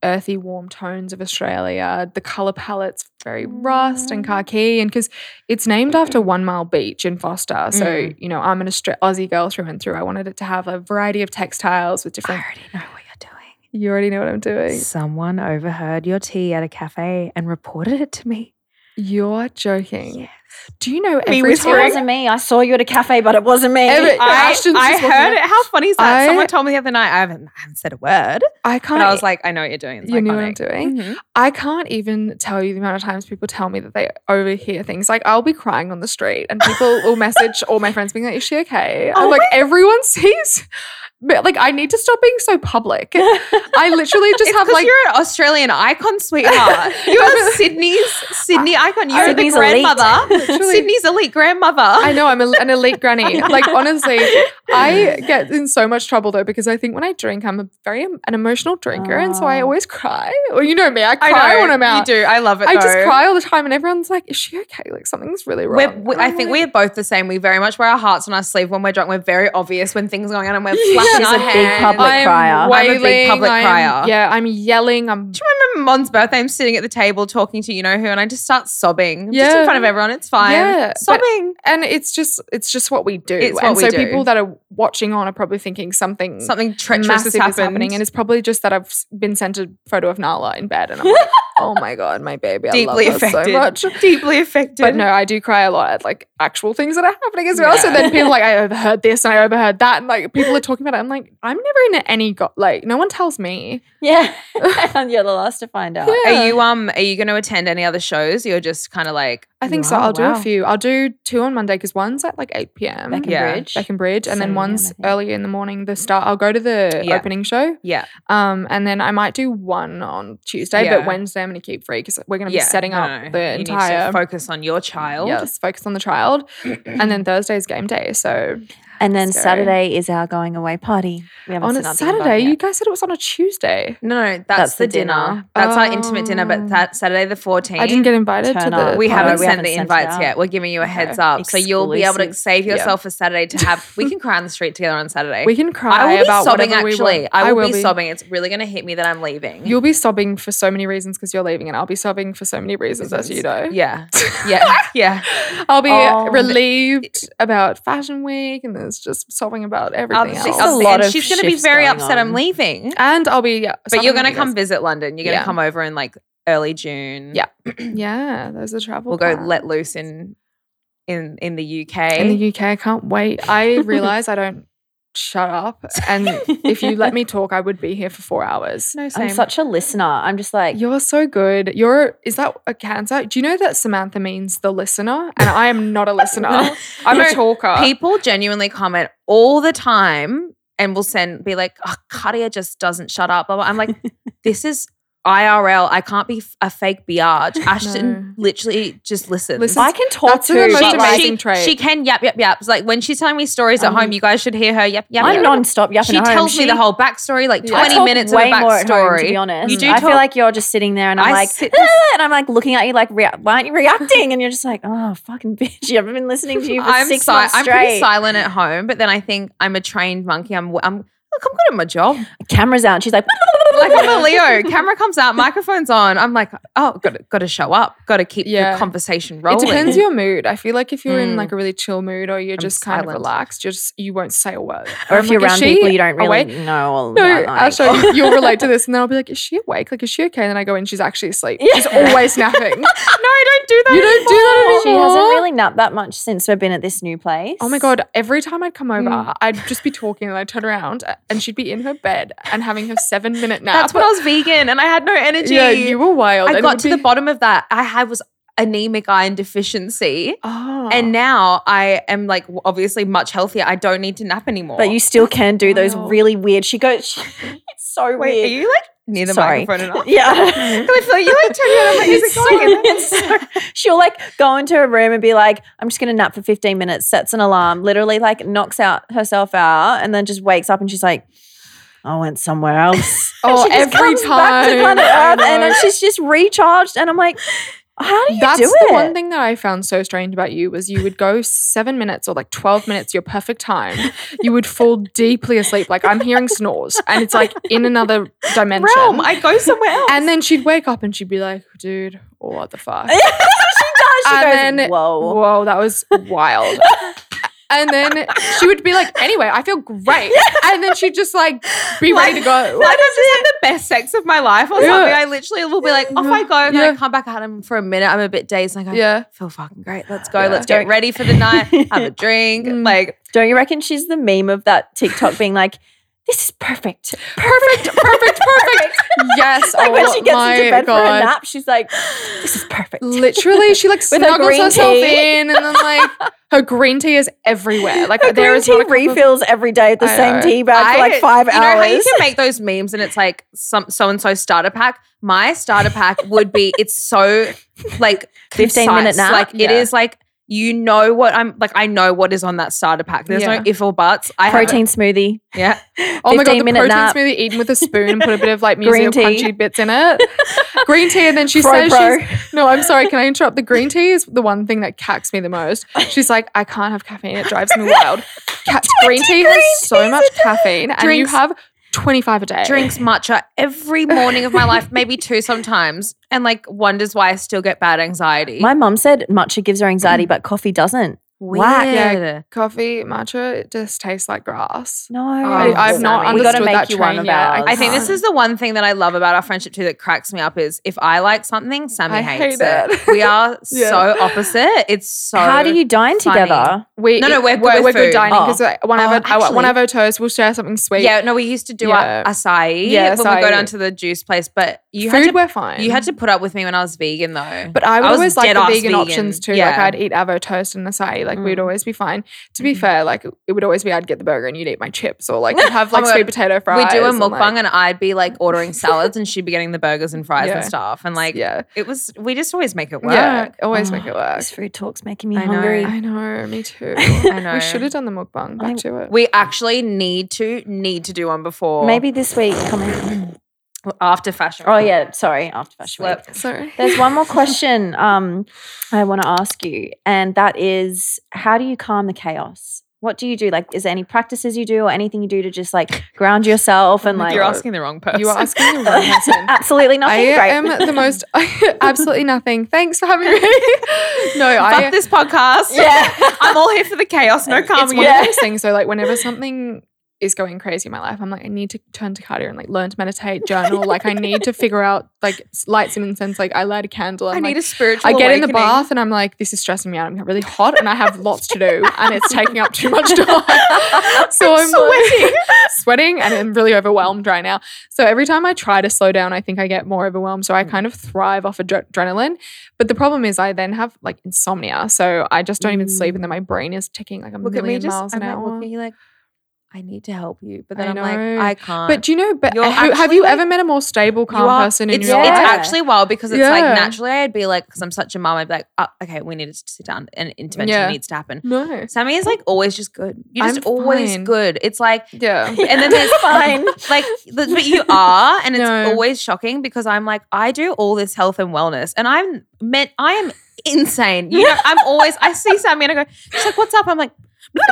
Speaker 2: earthy, warm tones of Australia, the color palettes, very rust
Speaker 1: Mm.
Speaker 2: and khaki. And because it's named after One Mile Beach in Foster. So,
Speaker 1: Mm.
Speaker 2: you know, I'm an Austra- Aussie girl through and through. I wanted it to have a variety of textiles with
Speaker 1: I
Speaker 2: different.
Speaker 1: already know what you're doing.
Speaker 2: You already know what I'm doing.
Speaker 1: Someone overheard your tea at a cafe and reported it to me.
Speaker 2: You're joking. Do you know
Speaker 1: Me
Speaker 2: every
Speaker 3: It
Speaker 1: whispering?
Speaker 2: time?
Speaker 3: wasn't me. I saw you at a cafe, but it wasn't me.
Speaker 2: Every-
Speaker 3: I-
Speaker 2: <laughs>
Speaker 1: I,
Speaker 2: Ashton's
Speaker 1: I
Speaker 2: just walking
Speaker 1: heard
Speaker 2: in.
Speaker 1: it. How funny is that?
Speaker 2: I-
Speaker 1: Someone told me the other night. I haven't, I haven't said a word,
Speaker 2: I
Speaker 1: but
Speaker 2: can't.
Speaker 1: I was like, I know what you're doing. It's
Speaker 2: you knew what I'm
Speaker 1: iconic.
Speaker 2: doing.
Speaker 1: Mhm.
Speaker 2: I can't even tell you the amount of times people tell me that they overhear things. Like I'll be crying on the street, and people
Speaker 1: <laughs>
Speaker 2: will message all my friends being like, "Is she okay?" I'm
Speaker 1: Oh
Speaker 2: like, everyone <laughs> sees. But like, I need to stop being so public. I
Speaker 1: <laughs>
Speaker 2: literally just
Speaker 1: It's
Speaker 2: have
Speaker 1: 'cause
Speaker 2: like.
Speaker 1: you're an Australian icon, <laughs> sweetheart. You are Sydney's Sydney icon. You're
Speaker 3: Sydney's
Speaker 1: the
Speaker 3: elite.
Speaker 1: grandmother.
Speaker 2: Literally.
Speaker 1: Sydney's elite grandmother.
Speaker 2: I know I'm a, an
Speaker 1: <laughs>
Speaker 2: elite granny. Like honestly, I get in so much trouble though because I think when I drink, I'm a very em- an emotional drinker, and so I
Speaker 3: Oh.
Speaker 2: always cry. Well, you know me, I cry when I'm out.
Speaker 1: Ah. You do. I love it.
Speaker 2: I just
Speaker 1: though.
Speaker 2: cry all the time, and everyone's like, "Is she okay? Like something's really wrong."
Speaker 1: We're, we,
Speaker 2: And
Speaker 1: I
Speaker 2: I'm
Speaker 1: think
Speaker 2: like,
Speaker 1: we're both the same. We very much wear our hearts on our sleeve when we're drunk. We're very obvious when things are going on, and we're flapping
Speaker 3: She's a big public
Speaker 2: I'm
Speaker 3: crier.
Speaker 1: I'm a big
Speaker 2: wailing,
Speaker 1: public
Speaker 2: I'm-
Speaker 1: crier.
Speaker 2: Yeah, I'm yelling. I'm
Speaker 1: Do you remember Mon's birthday? I'm sitting at the table talking to you know who, and I just start sobbing. I'm Just in
Speaker 2: Yeah.
Speaker 1: front of everyone. It's fine.
Speaker 2: Yeah, but-
Speaker 1: sobbing.
Speaker 2: and it's just it's just what we do.
Speaker 1: It's what
Speaker 2: and
Speaker 1: we
Speaker 2: so
Speaker 1: do.
Speaker 2: people that are watching on are probably thinking something
Speaker 1: Something treacherous
Speaker 2: massive
Speaker 1: is
Speaker 2: is
Speaker 1: happened.
Speaker 2: happening, and it's probably just that I've s- been sent a photo of Nala in bed, and I'm
Speaker 1: <laughs>
Speaker 2: like, oh my god, my baby, I
Speaker 1: deeply
Speaker 2: love her
Speaker 1: affected.
Speaker 2: so much.
Speaker 1: Deeply affected.
Speaker 2: But no, I do cry a lot at like actual things that are happening as well. So
Speaker 1: Yeah.
Speaker 2: then people
Speaker 1: <laughs>
Speaker 2: are like I overheard this and I overheard that, and like people are talking about it. I'm like, I'm never in any go- like no one tells me.
Speaker 3: Yeah. <laughs> and you're the last to find out.
Speaker 1: Are you um? Are you going to attend any other shows? You're just kind of like
Speaker 2: I think so.
Speaker 1: Wow,
Speaker 2: I'll do
Speaker 1: wow.
Speaker 2: a few. I'll do two on Monday because one's at like 8 p.m.
Speaker 3: Beckenbridge.
Speaker 2: Beckenbridge,
Speaker 1: Yeah.
Speaker 2: and
Speaker 3: 7
Speaker 2: then
Speaker 3: a.m., I
Speaker 2: one's
Speaker 3: think.
Speaker 2: earlier in the morning. The start. I'll go to the
Speaker 1: Mm-hmm. Yeah.
Speaker 2: opening show.
Speaker 1: Yeah.
Speaker 2: Um, and then I might do one on Tuesday,
Speaker 1: Yeah.
Speaker 2: but Wednesday I'm gonna keep free because we're gonna be
Speaker 1: yeah,
Speaker 2: setting
Speaker 1: no,
Speaker 2: up
Speaker 1: no.
Speaker 2: the
Speaker 1: You need to
Speaker 2: entire
Speaker 1: focus on your child.
Speaker 2: Yes, focus on the child, and then Thursday's game day. So
Speaker 3: And then
Speaker 2: Scary.
Speaker 3: Saturday is our going away party. We haven't
Speaker 2: on
Speaker 3: said
Speaker 2: a
Speaker 3: nothing about it
Speaker 2: Saturday,
Speaker 3: yet.
Speaker 2: you guys said it was on a Tuesday.
Speaker 1: No, no, that's,
Speaker 3: That's
Speaker 1: the
Speaker 3: the
Speaker 1: dinner.
Speaker 3: dinner.
Speaker 1: That's our intimate dinner, but
Speaker 2: Oh.
Speaker 1: that Saturday the 14th.
Speaker 2: I didn't get invited
Speaker 3: Turn
Speaker 2: to
Speaker 3: up.
Speaker 2: the.
Speaker 1: we
Speaker 3: Oh,
Speaker 1: haven't
Speaker 2: party.
Speaker 3: no, we
Speaker 1: sent
Speaker 3: haven't
Speaker 1: the
Speaker 3: sent it
Speaker 1: invites
Speaker 3: out.
Speaker 1: yet. We're giving you a
Speaker 2: Okay.
Speaker 1: heads up. So you'll be able to
Speaker 3: Exclusive.
Speaker 1: save
Speaker 2: Yeah.
Speaker 1: yourself a Saturday to have
Speaker 2: <laughs>
Speaker 1: we can cry on the street together on Saturday.
Speaker 2: We can cry
Speaker 1: I will be
Speaker 2: about
Speaker 1: sobbing
Speaker 2: whatever we
Speaker 1: actually.
Speaker 2: want.
Speaker 1: I, will be, sobbing. It's really gonna hit me that I'm leaving.
Speaker 2: You'll be sobbing for so many reasons because you're leaving, and I'll be sobbing for so many reasons, as you know. <laughs>
Speaker 1: yeah. Yeah. Yeah.
Speaker 2: I'll be
Speaker 1: Um,
Speaker 3: Oh.
Speaker 2: relieved about Fashion Week, and there's just sobbing about
Speaker 1: I'll
Speaker 2: everything
Speaker 1: be-
Speaker 3: Just a
Speaker 2: else.
Speaker 1: I'll be-
Speaker 3: lot
Speaker 1: and
Speaker 3: of
Speaker 1: she's gonna be
Speaker 3: shifts
Speaker 1: very
Speaker 3: going
Speaker 1: upset I'm
Speaker 3: on.
Speaker 1: leaving.
Speaker 2: and I'll be, yeah,
Speaker 1: But you're
Speaker 2: sobbing
Speaker 1: gonna
Speaker 2: with you
Speaker 1: come
Speaker 2: guys.
Speaker 1: visit London. You're gonna
Speaker 2: Yeah.
Speaker 1: come over in like early June.
Speaker 2: Yeah. Yeah, there's a travel.
Speaker 1: We'll go
Speaker 2: plan.
Speaker 1: let loose in in in the UK.
Speaker 2: in the UK. I can't wait.
Speaker 1: <laughs>
Speaker 2: I realize I don't shut up, and if
Speaker 1: <laughs>
Speaker 2: you let me talk, I would be here for four hours.
Speaker 1: no, same.
Speaker 3: <laughs> I'm such a listener. I'm just like,
Speaker 2: You're so good. You're is that a cancer? Do you know that Samantha means the listener, and I am
Speaker 1: <laughs>
Speaker 2: not a listener. I'm
Speaker 1: No,
Speaker 2: a talker.
Speaker 3: <laughs>
Speaker 1: people genuinely comment all the time and will send be like oh, Katia just doesn't shut up blah, blah. i'm
Speaker 3: <laughs>
Speaker 1: like this is IRL, I can't be f- a fake
Speaker 3: <laughs>
Speaker 1: biatch. Ashton literally just listens.
Speaker 2: Listen,
Speaker 3: I can talk
Speaker 2: That's
Speaker 3: to
Speaker 2: the
Speaker 3: you.
Speaker 2: most
Speaker 3: but, like,
Speaker 2: amazing
Speaker 1: she,
Speaker 2: trait.
Speaker 1: she can yap, yap, yap. It's like when she's telling me stories at
Speaker 3: Um,
Speaker 1: home, you guys should hear her yap, yap,
Speaker 3: I'm
Speaker 1: yap.
Speaker 3: non-stop yapping
Speaker 1: she
Speaker 3: at home.
Speaker 1: tells me the
Speaker 3: She-
Speaker 1: whole backstory, like
Speaker 2: Yeah. I
Speaker 1: 20
Speaker 3: talk
Speaker 1: minutes of the
Speaker 3: way more at home, to
Speaker 1: backstory.
Speaker 3: be honest.
Speaker 1: You do
Speaker 3: I
Speaker 1: talk-
Speaker 3: feel like you're just sitting there and I'm
Speaker 1: I
Speaker 3: like, <laughs>
Speaker 1: sit-
Speaker 3: and I'm like looking at you like, rea- why aren't you reacting? And you're just like, oh, fucking bitch, you haven't been <laughs> listening to you for
Speaker 1: I'm,
Speaker 3: six
Speaker 1: si-
Speaker 3: months
Speaker 1: I'm pretty
Speaker 3: straight.
Speaker 1: silent at home, but then I think I'm a trained monkey. I'm, I'm, look, I'm good at my job.
Speaker 3: Cameras out. And she's like, <laughs>
Speaker 1: like I'm a Leo. Camera comes out, microphone's on. I'm like, oh, got to, got to show up, got to keep
Speaker 2: Yeah.
Speaker 1: the conversation
Speaker 2: it
Speaker 1: rolling. <laughs>
Speaker 2: depends your mood. I feel like if you're in
Speaker 1: Mm.
Speaker 2: like a really chill mood or you're
Speaker 1: I'm
Speaker 2: just kind
Speaker 1: silent.
Speaker 2: of relaxed, you're just you won't say a word.
Speaker 3: or
Speaker 2: I'm
Speaker 1: um,
Speaker 3: if you're
Speaker 2: like, "Is
Speaker 3: around
Speaker 2: she
Speaker 3: people you don't really
Speaker 2: awake?"
Speaker 3: know. Or
Speaker 2: No,
Speaker 3: don't like. oh.
Speaker 2: I'll show you. You'll relate to this, and then I'll be like, "Is she awake? Like, is she okay?" And then I go in, she's actually asleep. She's
Speaker 3: Yeah.
Speaker 2: always
Speaker 3: <laughs>
Speaker 2: napping.
Speaker 1: no, I don't do that.
Speaker 2: You don't do that anymore.
Speaker 3: She hasn't really napped that much since we've been at this new place.
Speaker 2: Oh my god! Every time I'd come over,
Speaker 1: Mm.
Speaker 2: I'd just be talking, and I'd turn around, and she'd be in her bed and having her seven minute nap.
Speaker 1: That's when I was vegan and I had no energy.
Speaker 2: Yeah, you were wild.
Speaker 1: I
Speaker 2: and it
Speaker 1: got
Speaker 2: would
Speaker 1: to
Speaker 2: be-
Speaker 1: the
Speaker 2: <gasps>
Speaker 1: bottom of that. I had was anemic iron deficiency.
Speaker 2: Oh.
Speaker 1: And now I am like w- obviously much healthier. I don't need to nap anymore.
Speaker 3: But you still can do those
Speaker 2: wild.
Speaker 3: really weird. She goes, <laughs> she- it's so
Speaker 1: wait, are
Speaker 3: weird.
Speaker 1: you like near the
Speaker 3: Sorry.
Speaker 1: microphone enough? <laughs>
Speaker 3: Yeah.
Speaker 1: 'Cause I feel like you like turn around. <laughs> I'm like, is it
Speaker 3: It's so-
Speaker 1: going? And then-
Speaker 3: <laughs> it's so- she'll like go into her room and be like, I'm just gonna nap for 15 minutes, sets an alarm, literally like knocks out herself out, and then just wakes up and she's like, I went somewhere
Speaker 2: <laughs>
Speaker 3: else.
Speaker 2: Oh,
Speaker 3: and she just
Speaker 2: every
Speaker 3: comes back to
Speaker 2: time. Oh
Speaker 3: planet
Speaker 2: I
Speaker 3: Earth and then
Speaker 2: <laughs> know.
Speaker 3: she's just recharged. And I'm like, how do you
Speaker 2: That's
Speaker 3: do
Speaker 2: the
Speaker 3: it?
Speaker 2: one thing that I found so strange about you was you would go seven minutes or like twelve minutes, your perfect time. You would fall deeply asleep. Like I'm hearing snores, and it's like in another dimension.
Speaker 1: realm. I go somewhere else.
Speaker 2: and then she'd wake up and she'd be like, "Dude, what the fuck?"
Speaker 3: she does. She
Speaker 2: And
Speaker 3: goes,
Speaker 2: then-
Speaker 3: whoa.
Speaker 2: Whoa, that was
Speaker 3: <laughs>
Speaker 2: wild. and then she would be like, anyway, I feel great. And then she'd just like be ready to go.
Speaker 1: Like I've just had the best sex of my life or
Speaker 2: Yeah.
Speaker 1: something. I literally will be like, off I go, and then I
Speaker 2: Yeah.
Speaker 1: come back at him for a minute. I'm a bit dazed. Like, I
Speaker 2: Yeah.
Speaker 1: feel fucking great. Let's go.
Speaker 2: Yeah.
Speaker 1: Let's get ready for the night. Have a drink.
Speaker 2: Mm.
Speaker 1: Like,
Speaker 3: Don't you reckon she's the meme of that TikTok being like, this is perfect.
Speaker 2: Perfect, perfect, perfect. yes.
Speaker 3: Like
Speaker 2: oh
Speaker 3: when she gets
Speaker 2: my
Speaker 3: into bed
Speaker 2: God.
Speaker 3: for a nap, she's like, this is perfect.
Speaker 2: Literally, she
Speaker 3: <laughs>
Speaker 2: like
Speaker 3: her
Speaker 2: snuggles
Speaker 3: green
Speaker 2: herself
Speaker 3: tea.
Speaker 2: in, and then like
Speaker 3: <laughs>
Speaker 2: her green tea is everywhere. Like
Speaker 3: Her
Speaker 2: there
Speaker 3: green
Speaker 2: is not
Speaker 3: tea
Speaker 2: a cup of-
Speaker 3: refills every day at the
Speaker 2: I
Speaker 3: same
Speaker 2: know.
Speaker 3: tea bag for
Speaker 1: I-
Speaker 3: like five
Speaker 1: you know
Speaker 3: hours.
Speaker 1: how you can make those memes and it's like some so and so starter pack. My starter pack would be it's so like
Speaker 3: 15 minute
Speaker 1: concise.
Speaker 3: nap?
Speaker 1: Like it
Speaker 2: Yeah.
Speaker 1: is like you know what I'm like. I know what is on that starter pack. There's
Speaker 2: Yeah.
Speaker 1: no if or buts. I have it.
Speaker 3: Protein smoothie.
Speaker 1: Yeah.
Speaker 2: Oh my god,
Speaker 3: 15
Speaker 2: the
Speaker 3: minute
Speaker 2: protein
Speaker 3: nap.
Speaker 2: smoothie eaten with a spoon and put a bit of
Speaker 3: <laughs>
Speaker 2: like
Speaker 3: Green
Speaker 2: muesli or
Speaker 3: tea.
Speaker 2: crunchy bits in it. Green tea, and then
Speaker 3: <laughs>
Speaker 2: she
Speaker 3: Bro,
Speaker 2: says
Speaker 3: bro.
Speaker 2: she's no, I'm sorry, can I interrupt? The green tea is the one thing that cacks me the
Speaker 3: <laughs>
Speaker 2: most. She's like, I can't have caffeine, it drives me wild.
Speaker 3: <laughs>
Speaker 2: Cats green tea has so much caffeine, and you
Speaker 1: Drinks-
Speaker 2: have 25 a day.
Speaker 1: <laughs> Drinks matcha every morning of my life, maybe two sometimes, and like wonders why I still get bad anxiety.
Speaker 3: My mum said matcha gives her
Speaker 2: Mm.
Speaker 3: anxiety, but coffee doesn't. whack.
Speaker 1: Weird.
Speaker 2: coffee, matcha, it just tastes like grass.
Speaker 3: No,
Speaker 2: I, Oh, I've not
Speaker 1: Sammy.
Speaker 2: understood
Speaker 1: We gotta
Speaker 3: make
Speaker 2: that
Speaker 3: you one
Speaker 2: train
Speaker 3: of
Speaker 2: yet.
Speaker 3: ours.
Speaker 1: I think this is the one thing that I love about our friendship too that cracks me up is if I like something, Sammy
Speaker 2: I
Speaker 1: hates
Speaker 2: hate
Speaker 1: it.
Speaker 2: it. <laughs>
Speaker 1: We are
Speaker 2: Yeah.
Speaker 1: so opposite. It's so
Speaker 3: How do you dine
Speaker 1: funny.
Speaker 3: together?
Speaker 2: We,
Speaker 1: No, no, we're good with
Speaker 2: we're good
Speaker 1: food.
Speaker 2: dining
Speaker 3: Oh.
Speaker 2: because one
Speaker 1: Oh,
Speaker 2: of our one
Speaker 1: actually-
Speaker 2: of our toast, we'll share something sweet.
Speaker 1: Yeah, no, we used to do
Speaker 2: Yeah.
Speaker 1: our acai
Speaker 2: Yeah,
Speaker 1: when we
Speaker 2: acai.
Speaker 1: go down to the juice place, but you
Speaker 2: food
Speaker 1: had
Speaker 2: we're fine.
Speaker 1: to, you had to put up with me when I was vegan though.
Speaker 2: But I would
Speaker 1: I was
Speaker 2: always like the
Speaker 1: dead-ass
Speaker 2: vegan,
Speaker 1: vegan.
Speaker 2: options too. Like
Speaker 1: Yeah.
Speaker 2: I'd eat avo toast and acai. Like we'd
Speaker 1: Mm. Mm-hmm.
Speaker 2: always be fine. To be fair, like it would always be I'd get the burger and you'd eat my chips or like you'd
Speaker 1: <laughs>
Speaker 2: have
Speaker 1: Oh
Speaker 2: like
Speaker 1: my
Speaker 2: sweet
Speaker 1: God.
Speaker 2: potato fries.
Speaker 1: we do a
Speaker 2: and,
Speaker 1: mukbang
Speaker 2: like-
Speaker 1: and I'd be like ordering salads and she'd be getting the burgers and fries
Speaker 2: Yeah.
Speaker 1: and stuff. And like
Speaker 2: yeah,
Speaker 1: it was we just always make it work.
Speaker 2: yeah. Always
Speaker 3: Oh,
Speaker 2: make it work.
Speaker 3: This food talk's making me
Speaker 1: I know.
Speaker 3: hungry.
Speaker 2: Uh, I know. Me too.
Speaker 1: <laughs> I know.
Speaker 2: We should have done the mukbang. Back
Speaker 3: think-
Speaker 2: to it.
Speaker 1: We actually need to need to do one before
Speaker 3: Maybe this week coming.
Speaker 1: after fashion.
Speaker 3: Oh yeah, sorry, after fashion week.
Speaker 1: Slip. <laughs>
Speaker 2: Sorry.
Speaker 3: There's one more question um, I want to ask you, and that is, how do you calm the chaos? What do you do? Like, is there any practices you do or anything you do to just like ground yourself and
Speaker 2: my
Speaker 3: like
Speaker 1: You're
Speaker 2: God. <laughs>
Speaker 1: asking the wrong person.
Speaker 2: You are asking the wrong person.
Speaker 3: <laughs> absolutely nothing?
Speaker 2: I
Speaker 3: great.
Speaker 2: am the most <laughs> absolutely nothing. Thanks for having me. <laughs> no, I
Speaker 1: <laughs> Fuck this podcast.
Speaker 3: <laughs> yeah.
Speaker 1: <laughs> I'm all here for the chaos, no
Speaker 2: it's
Speaker 1: calming. <laughs>
Speaker 2: one
Speaker 3: Yeah.
Speaker 2: of those things. So like whenever something is going crazy in my life, I'm like, I need to turn to cardio and like learn to meditate,
Speaker 1: <laughs>
Speaker 2: journal. like I need to figure out like s- light some incense. Like I light a candle. I'm
Speaker 1: I need
Speaker 2: like,
Speaker 1: a spiritual.
Speaker 2: I get in the
Speaker 1: awakening.
Speaker 2: bath and I'm like, this is stressing me out. I'm really hot and I have lots to do and it's taking up too much time. <laughs> so I'm, sweating. <laughs> sweating and I'm really overwhelmed right now. So every time I try to slow down, I think I get more overwhelmed.
Speaker 1: Mm.
Speaker 2: So I kind of thrive off adre- adrenaline. But the problem is I then have like insomnia. So I just don't even sleep and then my brain is ticking like a
Speaker 1: Mm. Look at me
Speaker 2: million
Speaker 1: just
Speaker 2: miles
Speaker 1: I'm
Speaker 2: an
Speaker 1: like
Speaker 2: hour.
Speaker 1: looking at you like I need to help you. But
Speaker 2: I
Speaker 1: then I'm like,
Speaker 2: know.
Speaker 1: I can't.
Speaker 2: But do you know, but
Speaker 1: You're
Speaker 2: ha- have
Speaker 1: actually,
Speaker 2: you
Speaker 1: like-
Speaker 2: ever met a more stable, calm
Speaker 1: You are-
Speaker 2: person in
Speaker 1: it's,
Speaker 2: your
Speaker 1: it's
Speaker 2: life?
Speaker 3: Yeah.
Speaker 1: actually wild because it's like
Speaker 2: Yeah.
Speaker 1: naturally I'd be like, because I'm such a mom, I'd be like, oh, okay, we need to sit down. An intervention
Speaker 2: Yeah.
Speaker 1: needs to happen.
Speaker 2: No.
Speaker 1: Sammy is like always just good. You're just
Speaker 2: I'm
Speaker 1: always
Speaker 2: fine.
Speaker 1: good. It's like, <laughs>
Speaker 2: Yeah.
Speaker 1: and then
Speaker 2: <laughs>
Speaker 1: there's
Speaker 3: Fine.
Speaker 1: <laughs> Like, the, but you are, and it's
Speaker 2: No.
Speaker 1: always shocking because I'm like, I do all this health and wellness, and I'm meant, I am insane. You know, I'm always, I see Sammy and I go, she's like, what's up? I'm like,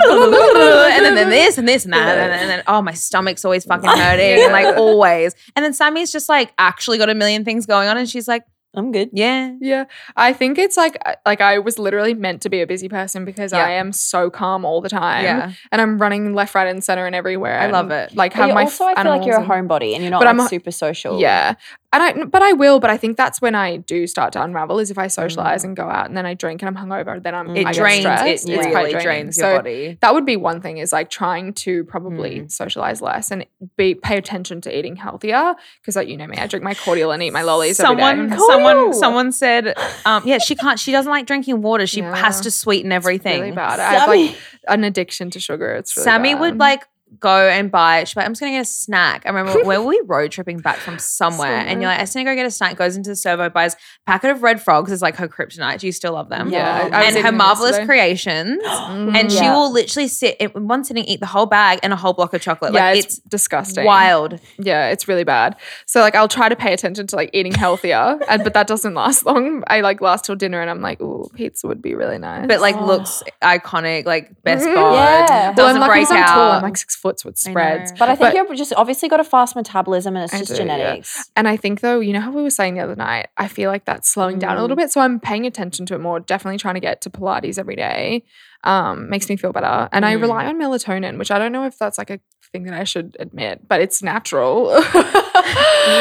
Speaker 1: <laughs> and then, then this and this and that, and then, and then oh, my stomach's always
Speaker 2: <laughs>
Speaker 1: fucking hurting, and like always. And then Sammy's just like actually got a million things going on, and she's like,
Speaker 3: I'm good.
Speaker 1: yeah,
Speaker 2: Yeah, I think it's like like I was literally meant to be a busy person because
Speaker 1: Yeah.
Speaker 2: I am so calm all the time,
Speaker 1: yeah,
Speaker 2: and I'm running left, right, and center and everywhere.
Speaker 1: I love
Speaker 2: and,
Speaker 1: it.
Speaker 2: Like
Speaker 3: But
Speaker 2: have
Speaker 3: you
Speaker 2: my
Speaker 3: also,
Speaker 2: f-
Speaker 3: I feel like
Speaker 2: animals
Speaker 3: you're a
Speaker 2: and-
Speaker 3: homebody and you're not
Speaker 2: But I'm
Speaker 3: like
Speaker 2: a-
Speaker 3: super social.
Speaker 2: Yeah, and I but I will. But I think that's when I do start to unravel is if I socialize and go out and then I drink and I'm hungover. Then I'm
Speaker 3: It
Speaker 1: Mm. it
Speaker 2: I get
Speaker 1: drains,
Speaker 2: stressed.
Speaker 1: it
Speaker 3: It's
Speaker 2: quite
Speaker 1: really
Speaker 2: draining.
Speaker 1: drains
Speaker 2: So
Speaker 1: your body.
Speaker 2: That would be one thing is like trying to probably
Speaker 1: Mm.
Speaker 2: socialize less and be pay attention to eating healthier because like you know me, I drink my cordial and eat my lollies. every
Speaker 1: Someone,
Speaker 2: day.
Speaker 1: someone, someone said, um, yeah, she can't. She doesn't like drinking water. She
Speaker 2: Yeah.
Speaker 1: has to sweeten everything.
Speaker 2: It's really bad. I have like an addiction to sugar. It's really
Speaker 1: Sammy would
Speaker 2: bad.
Speaker 1: like go and buy. She's like, I'm just gonna get a snack. I remember where were we road tripping back
Speaker 2: <laughs>
Speaker 1: from somewhere, and you're like, I just need to go get a snack. Goes into the servo, buys a packet of red frogs. Is like her kryptonite. Do you still love them?
Speaker 2: Yeah,
Speaker 3: I was
Speaker 1: and
Speaker 2: eating
Speaker 1: her
Speaker 2: them
Speaker 1: marvelous
Speaker 2: yesterday.
Speaker 1: creations.
Speaker 2: <gasps> Mm.
Speaker 1: And she
Speaker 3: Yeah.
Speaker 1: will literally sit in in one sitting, eat the whole bag and a whole block of chocolate.
Speaker 2: yeah,
Speaker 1: like
Speaker 2: it's,
Speaker 1: it's,
Speaker 2: disgusting.
Speaker 1: wild.
Speaker 2: Yeah, it's really bad. So like I'll try to pay attention to like eating
Speaker 1: <laughs>
Speaker 2: healthier, and, but that doesn't last long. I like last till dinner, and I'm like, ooh, pizza would be really nice.
Speaker 1: But like
Speaker 3: Oh.
Speaker 1: looks iconic, like best
Speaker 2: Mhm.
Speaker 1: bod.
Speaker 3: Yeah.
Speaker 2: well,
Speaker 1: Doesn't
Speaker 2: I'm lucky
Speaker 1: break
Speaker 2: 'cause I'm tall. I'm
Speaker 1: out.
Speaker 2: like six foot, so it
Speaker 1: I know.
Speaker 2: spreads.
Speaker 3: But I think
Speaker 2: But-
Speaker 3: you've just obviously got a fast metabolism and it's
Speaker 2: I
Speaker 3: just
Speaker 2: do, yeah. <laughs>
Speaker 3: genetics.
Speaker 2: And I think though, you know how we were saying the other night, I feel like that's slowing down a little
Speaker 3: Mm-hmm.
Speaker 2: bit. So I'm paying attention to it more, definitely trying to get to Pilates every day. Um, makes me feel better. And I
Speaker 1: Mm.
Speaker 2: rely
Speaker 3: Mm-hmm.
Speaker 2: on melatonin, which I don't know if that's like a thing that I should admit, but it's natural.
Speaker 3: You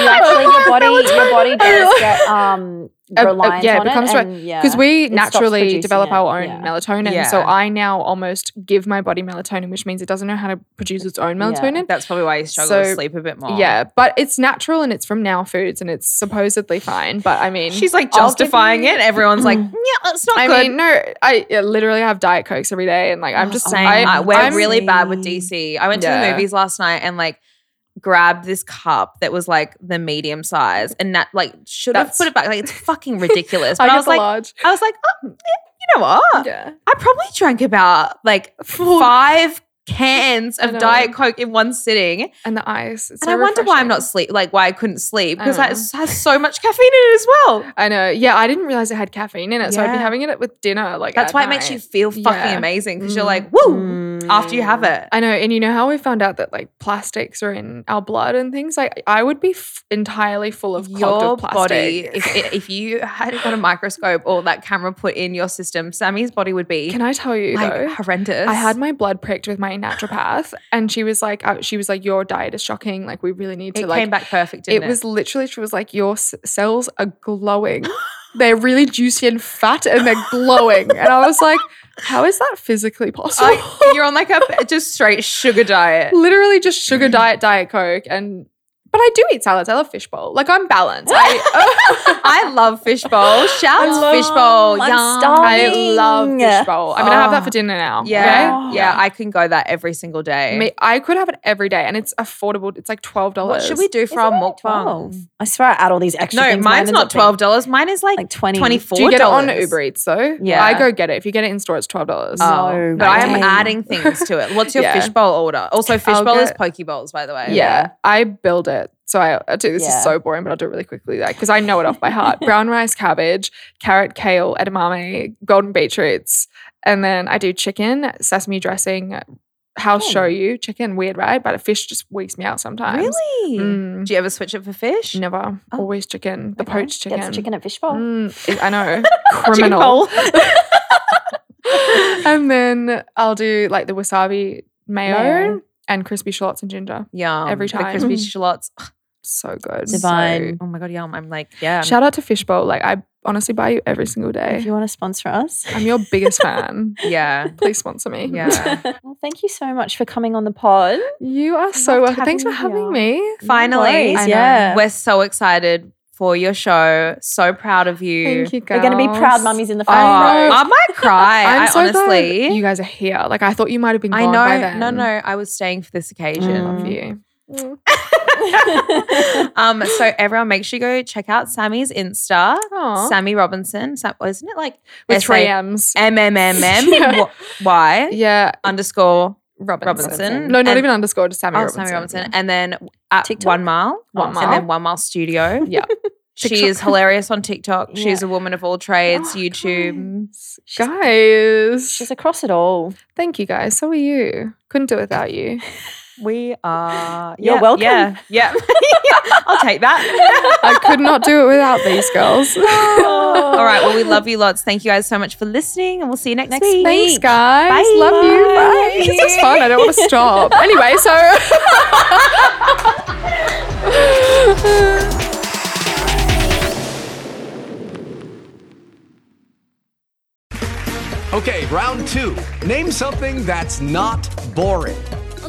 Speaker 3: actually,
Speaker 2: <laughs>
Speaker 3: your body, your body does get um,
Speaker 2: Uh, uh,
Speaker 3: reliant
Speaker 2: yeah, it
Speaker 3: on
Speaker 2: becomes
Speaker 3: it.
Speaker 2: right-
Speaker 3: and, yeah.
Speaker 2: because we
Speaker 3: stops
Speaker 2: naturally
Speaker 3: producing
Speaker 2: develop
Speaker 3: it,
Speaker 2: our own
Speaker 3: yeah.
Speaker 2: melatonin. So
Speaker 1: Yeah.
Speaker 2: I now almost give my body melatonin, which means it doesn't know how to produce its own
Speaker 3: Yeah.
Speaker 2: melatonin.
Speaker 1: That's probably why you struggle
Speaker 2: So,
Speaker 1: to sleep a bit more.
Speaker 2: Yeah, but it's natural and it's from Now Foods and it's supposedly fine. But I mean,
Speaker 1: She's like
Speaker 2: I'll give
Speaker 1: justifying
Speaker 2: you-
Speaker 1: it. Everyone's like, <clears throat> yeah, it's not
Speaker 2: I
Speaker 1: good.
Speaker 2: mean, no, I yeah, literally have Diet Cokes every day, and like I'm
Speaker 3: Oh,
Speaker 2: just
Speaker 3: same.
Speaker 2: I,
Speaker 1: I, we're
Speaker 2: I'm-
Speaker 1: really bad with
Speaker 3: Same.
Speaker 1: DC. I went to
Speaker 2: Yeah.
Speaker 1: the movies last night and like grabbed this cup that was like the medium size and that like should have
Speaker 2: That's-
Speaker 1: put it back. Like it's
Speaker 2: <laughs>
Speaker 1: fucking ridiculous.
Speaker 2: I,
Speaker 1: But I,
Speaker 2: get
Speaker 1: was
Speaker 2: the
Speaker 1: like,
Speaker 2: large.
Speaker 1: I was like, oh, yeah, you know what?
Speaker 2: Yeah.
Speaker 1: I probably drank about
Speaker 2: <laughs>
Speaker 1: like five cans
Speaker 2: I
Speaker 1: of
Speaker 2: know.
Speaker 1: Diet Coke in one sitting.
Speaker 2: And the ice. It's
Speaker 1: and
Speaker 2: so
Speaker 1: I wonder why I'm
Speaker 2: refreshing.
Speaker 1: not sleep, like why I couldn't sleep
Speaker 2: I
Speaker 1: because that
Speaker 2: know.
Speaker 1: is- has so much caffeine in it as well.
Speaker 2: I know. Yeah, I didn't realize it had caffeine in it, so I'd be
Speaker 1: Yeah.
Speaker 2: having it with dinner. Like
Speaker 1: That's
Speaker 2: at
Speaker 1: why it makes you
Speaker 2: night.
Speaker 1: feel fucking
Speaker 2: Yeah.
Speaker 1: amazing because you're
Speaker 2: Mm.
Speaker 1: like, woo,
Speaker 3: Mm.
Speaker 1: after you have it.
Speaker 2: I know, and you know how we found out that like plastics are in our blood and things. Like I would be f- entirely full of clogged
Speaker 1: your
Speaker 2: with plastic.
Speaker 1: body, if, if you had got a microscope or that camera put in your system, Sammy's body would be
Speaker 2: Can I tell you
Speaker 1: like
Speaker 2: though?
Speaker 1: horrendous.
Speaker 2: I had my blood pricked with my naturopath, and she was like, uh, she was like, your diet is shocking. Like we really need to
Speaker 1: it
Speaker 2: like.
Speaker 1: came back perfect.
Speaker 2: it
Speaker 1: Didn't it, <laughs>
Speaker 2: was literally she was like, your s- cells are glowing. They're really juicy and fat, and they're glowing. and I was like, how is that physically possible?
Speaker 1: Like, you're on like a <laughs> just straight sugar diet.
Speaker 2: <laughs> literally just sugar diet, diet coke, and but I do eat salads. I love fishbowl. Like I'm balanced. I,
Speaker 1: I love fishbowl. Shout
Speaker 2: love-
Speaker 1: fishbowl.
Speaker 3: I'm
Speaker 1: Yum.
Speaker 3: starving.
Speaker 2: I love
Speaker 3: Yeah.
Speaker 2: fishbowl. I'm gonna have that
Speaker 1: Oh.
Speaker 2: for dinner now.
Speaker 1: Yeah,
Speaker 3: Okay.
Speaker 1: yeah, I can go that every single day.
Speaker 2: Okay? Me- I could have it every day, and it's affordable. It's like twelve
Speaker 1: What
Speaker 2: dollars.
Speaker 1: should we do for our mukbang?
Speaker 3: Twelve. I swear I add all these extra
Speaker 1: No,
Speaker 3: things.
Speaker 1: mine's
Speaker 3: ends
Speaker 1: not
Speaker 3: up being
Speaker 1: twelve dollars. Mine is like,
Speaker 3: Like 20.
Speaker 1: twenty
Speaker 2: Do you
Speaker 1: four
Speaker 2: get it on
Speaker 1: dollars.
Speaker 2: Uber Eats though?
Speaker 1: Yeah.
Speaker 2: I go get it. If you get it in store, it's twelve dollars.
Speaker 1: Oh,
Speaker 3: No
Speaker 1: but I am
Speaker 3: way.
Speaker 1: adding things to it. What's your
Speaker 2: <laughs> Yeah.
Speaker 1: fishbowl order? Also, fishbowl is
Speaker 2: get-
Speaker 1: poke bowls, by the way.
Speaker 2: Yeah, I build it. So I, I do this
Speaker 3: Yeah.
Speaker 2: is so boring, but I'll do it really quickly, like because I know it off by heart. Brown rice, cabbage, carrot, kale, edamame, golden beetroots, and then I do chicken, sesame dressing, house
Speaker 3: Oh.
Speaker 2: shoyu, chicken. Weird, right? But a fish just weeks me out sometimes.
Speaker 1: really.
Speaker 2: Mm,
Speaker 1: Do you ever switch it for fish?
Speaker 2: never.
Speaker 1: Oh.
Speaker 2: Always chicken. The
Speaker 3: okay.
Speaker 2: poached chicken.
Speaker 3: Gets chicken at fishbowl.
Speaker 2: Mm, I know. Criminal. <laughs> and then I'll do like the wasabi mayo,
Speaker 3: Mayo.
Speaker 2: and crispy shallots and ginger.
Speaker 1: Yum.
Speaker 2: Every
Speaker 1: The
Speaker 2: time.
Speaker 1: crispy
Speaker 2: <laughs>
Speaker 1: shallots.
Speaker 2: So good.
Speaker 3: Divine.
Speaker 1: Oh my god, yum. I'm like, yeah.
Speaker 2: Shout out to Fishbowl. Like I honestly buy you every single
Speaker 3: If
Speaker 2: day.
Speaker 3: you want to
Speaker 1: <laughs>
Speaker 3: sponsor us.
Speaker 2: I'm your biggest fan.
Speaker 1: yeah.
Speaker 2: Please sponsor me. <laughs>
Speaker 1: Yeah.
Speaker 3: Well, thank you so much for coming on the pod.
Speaker 2: You are so
Speaker 3: loved
Speaker 2: welcome. Thanks for
Speaker 3: having you
Speaker 2: having me.
Speaker 1: Finally.
Speaker 3: Nice,
Speaker 2: I know.
Speaker 3: yeah.
Speaker 1: We're so excited for your show. So proud of you.
Speaker 2: Thank you guys.
Speaker 3: We're going to be proud mummies in the
Speaker 1: Oh,
Speaker 3: front row.
Speaker 1: I might cry.
Speaker 2: <laughs> I'm
Speaker 1: I
Speaker 2: so
Speaker 1: honestly.
Speaker 2: glad you guys are here. Like I thought you might have been gone
Speaker 1: I know.
Speaker 2: by then.
Speaker 1: No, no. I was staying for this occasion.
Speaker 3: Mm.
Speaker 2: Love you.
Speaker 3: <laughs>
Speaker 1: <laughs> um, so everyone, make sure you go check out Sammy's Insta,
Speaker 2: Aw.
Speaker 1: Sammy Robinson. Sam, oh, isn't it like
Speaker 2: With
Speaker 1: S A
Speaker 2: three M's.
Speaker 1: M M M M
Speaker 2: <laughs> Yeah.
Speaker 1: wh- Y
Speaker 2: Yeah.
Speaker 1: underscore
Speaker 2: Robinson.
Speaker 1: Robinson.
Speaker 2: No, not
Speaker 1: And-
Speaker 2: even underscore, just Sammy
Speaker 1: oh,
Speaker 2: Robinson.
Speaker 1: Sammy Robinson, and then at
Speaker 3: TikTok?
Speaker 1: One Mile,
Speaker 2: One
Speaker 1: and
Speaker 2: Mile.
Speaker 1: then One Mile
Speaker 2: <laughs>
Speaker 1: Studio.
Speaker 2: Yeah.
Speaker 1: she
Speaker 2: TikTok. Oh,
Speaker 1: is hilarious on TikTok.
Speaker 3: Yeah.
Speaker 1: She's a woman of all
Speaker 2: <gasps>
Speaker 1: trades. YouTube.
Speaker 2: Guys. Guys.
Speaker 3: She's across it all.
Speaker 2: Thank you guys. So are you. Couldn't do it without you.
Speaker 1: We are.
Speaker 3: You're
Speaker 1: Uh, yeah,
Speaker 3: welcome.
Speaker 1: Yeah,
Speaker 2: <laughs>
Speaker 1: yeah. <laughs> I'll take that.
Speaker 2: I could not do it without these girls. Oh.
Speaker 1: all right. Well, we love you lots. Thank you guys so much for listening, and we'll see you next,
Speaker 3: Next
Speaker 1: week.
Speaker 2: <laughs> Thanks, guys.
Speaker 1: Bye.
Speaker 2: Love you.
Speaker 1: Bye.
Speaker 2: Bye. This was fun. I don't want to stop. Anyway, so. <laughs>
Speaker 4: Okay, round two. Name something that's not boring.
Speaker 5: A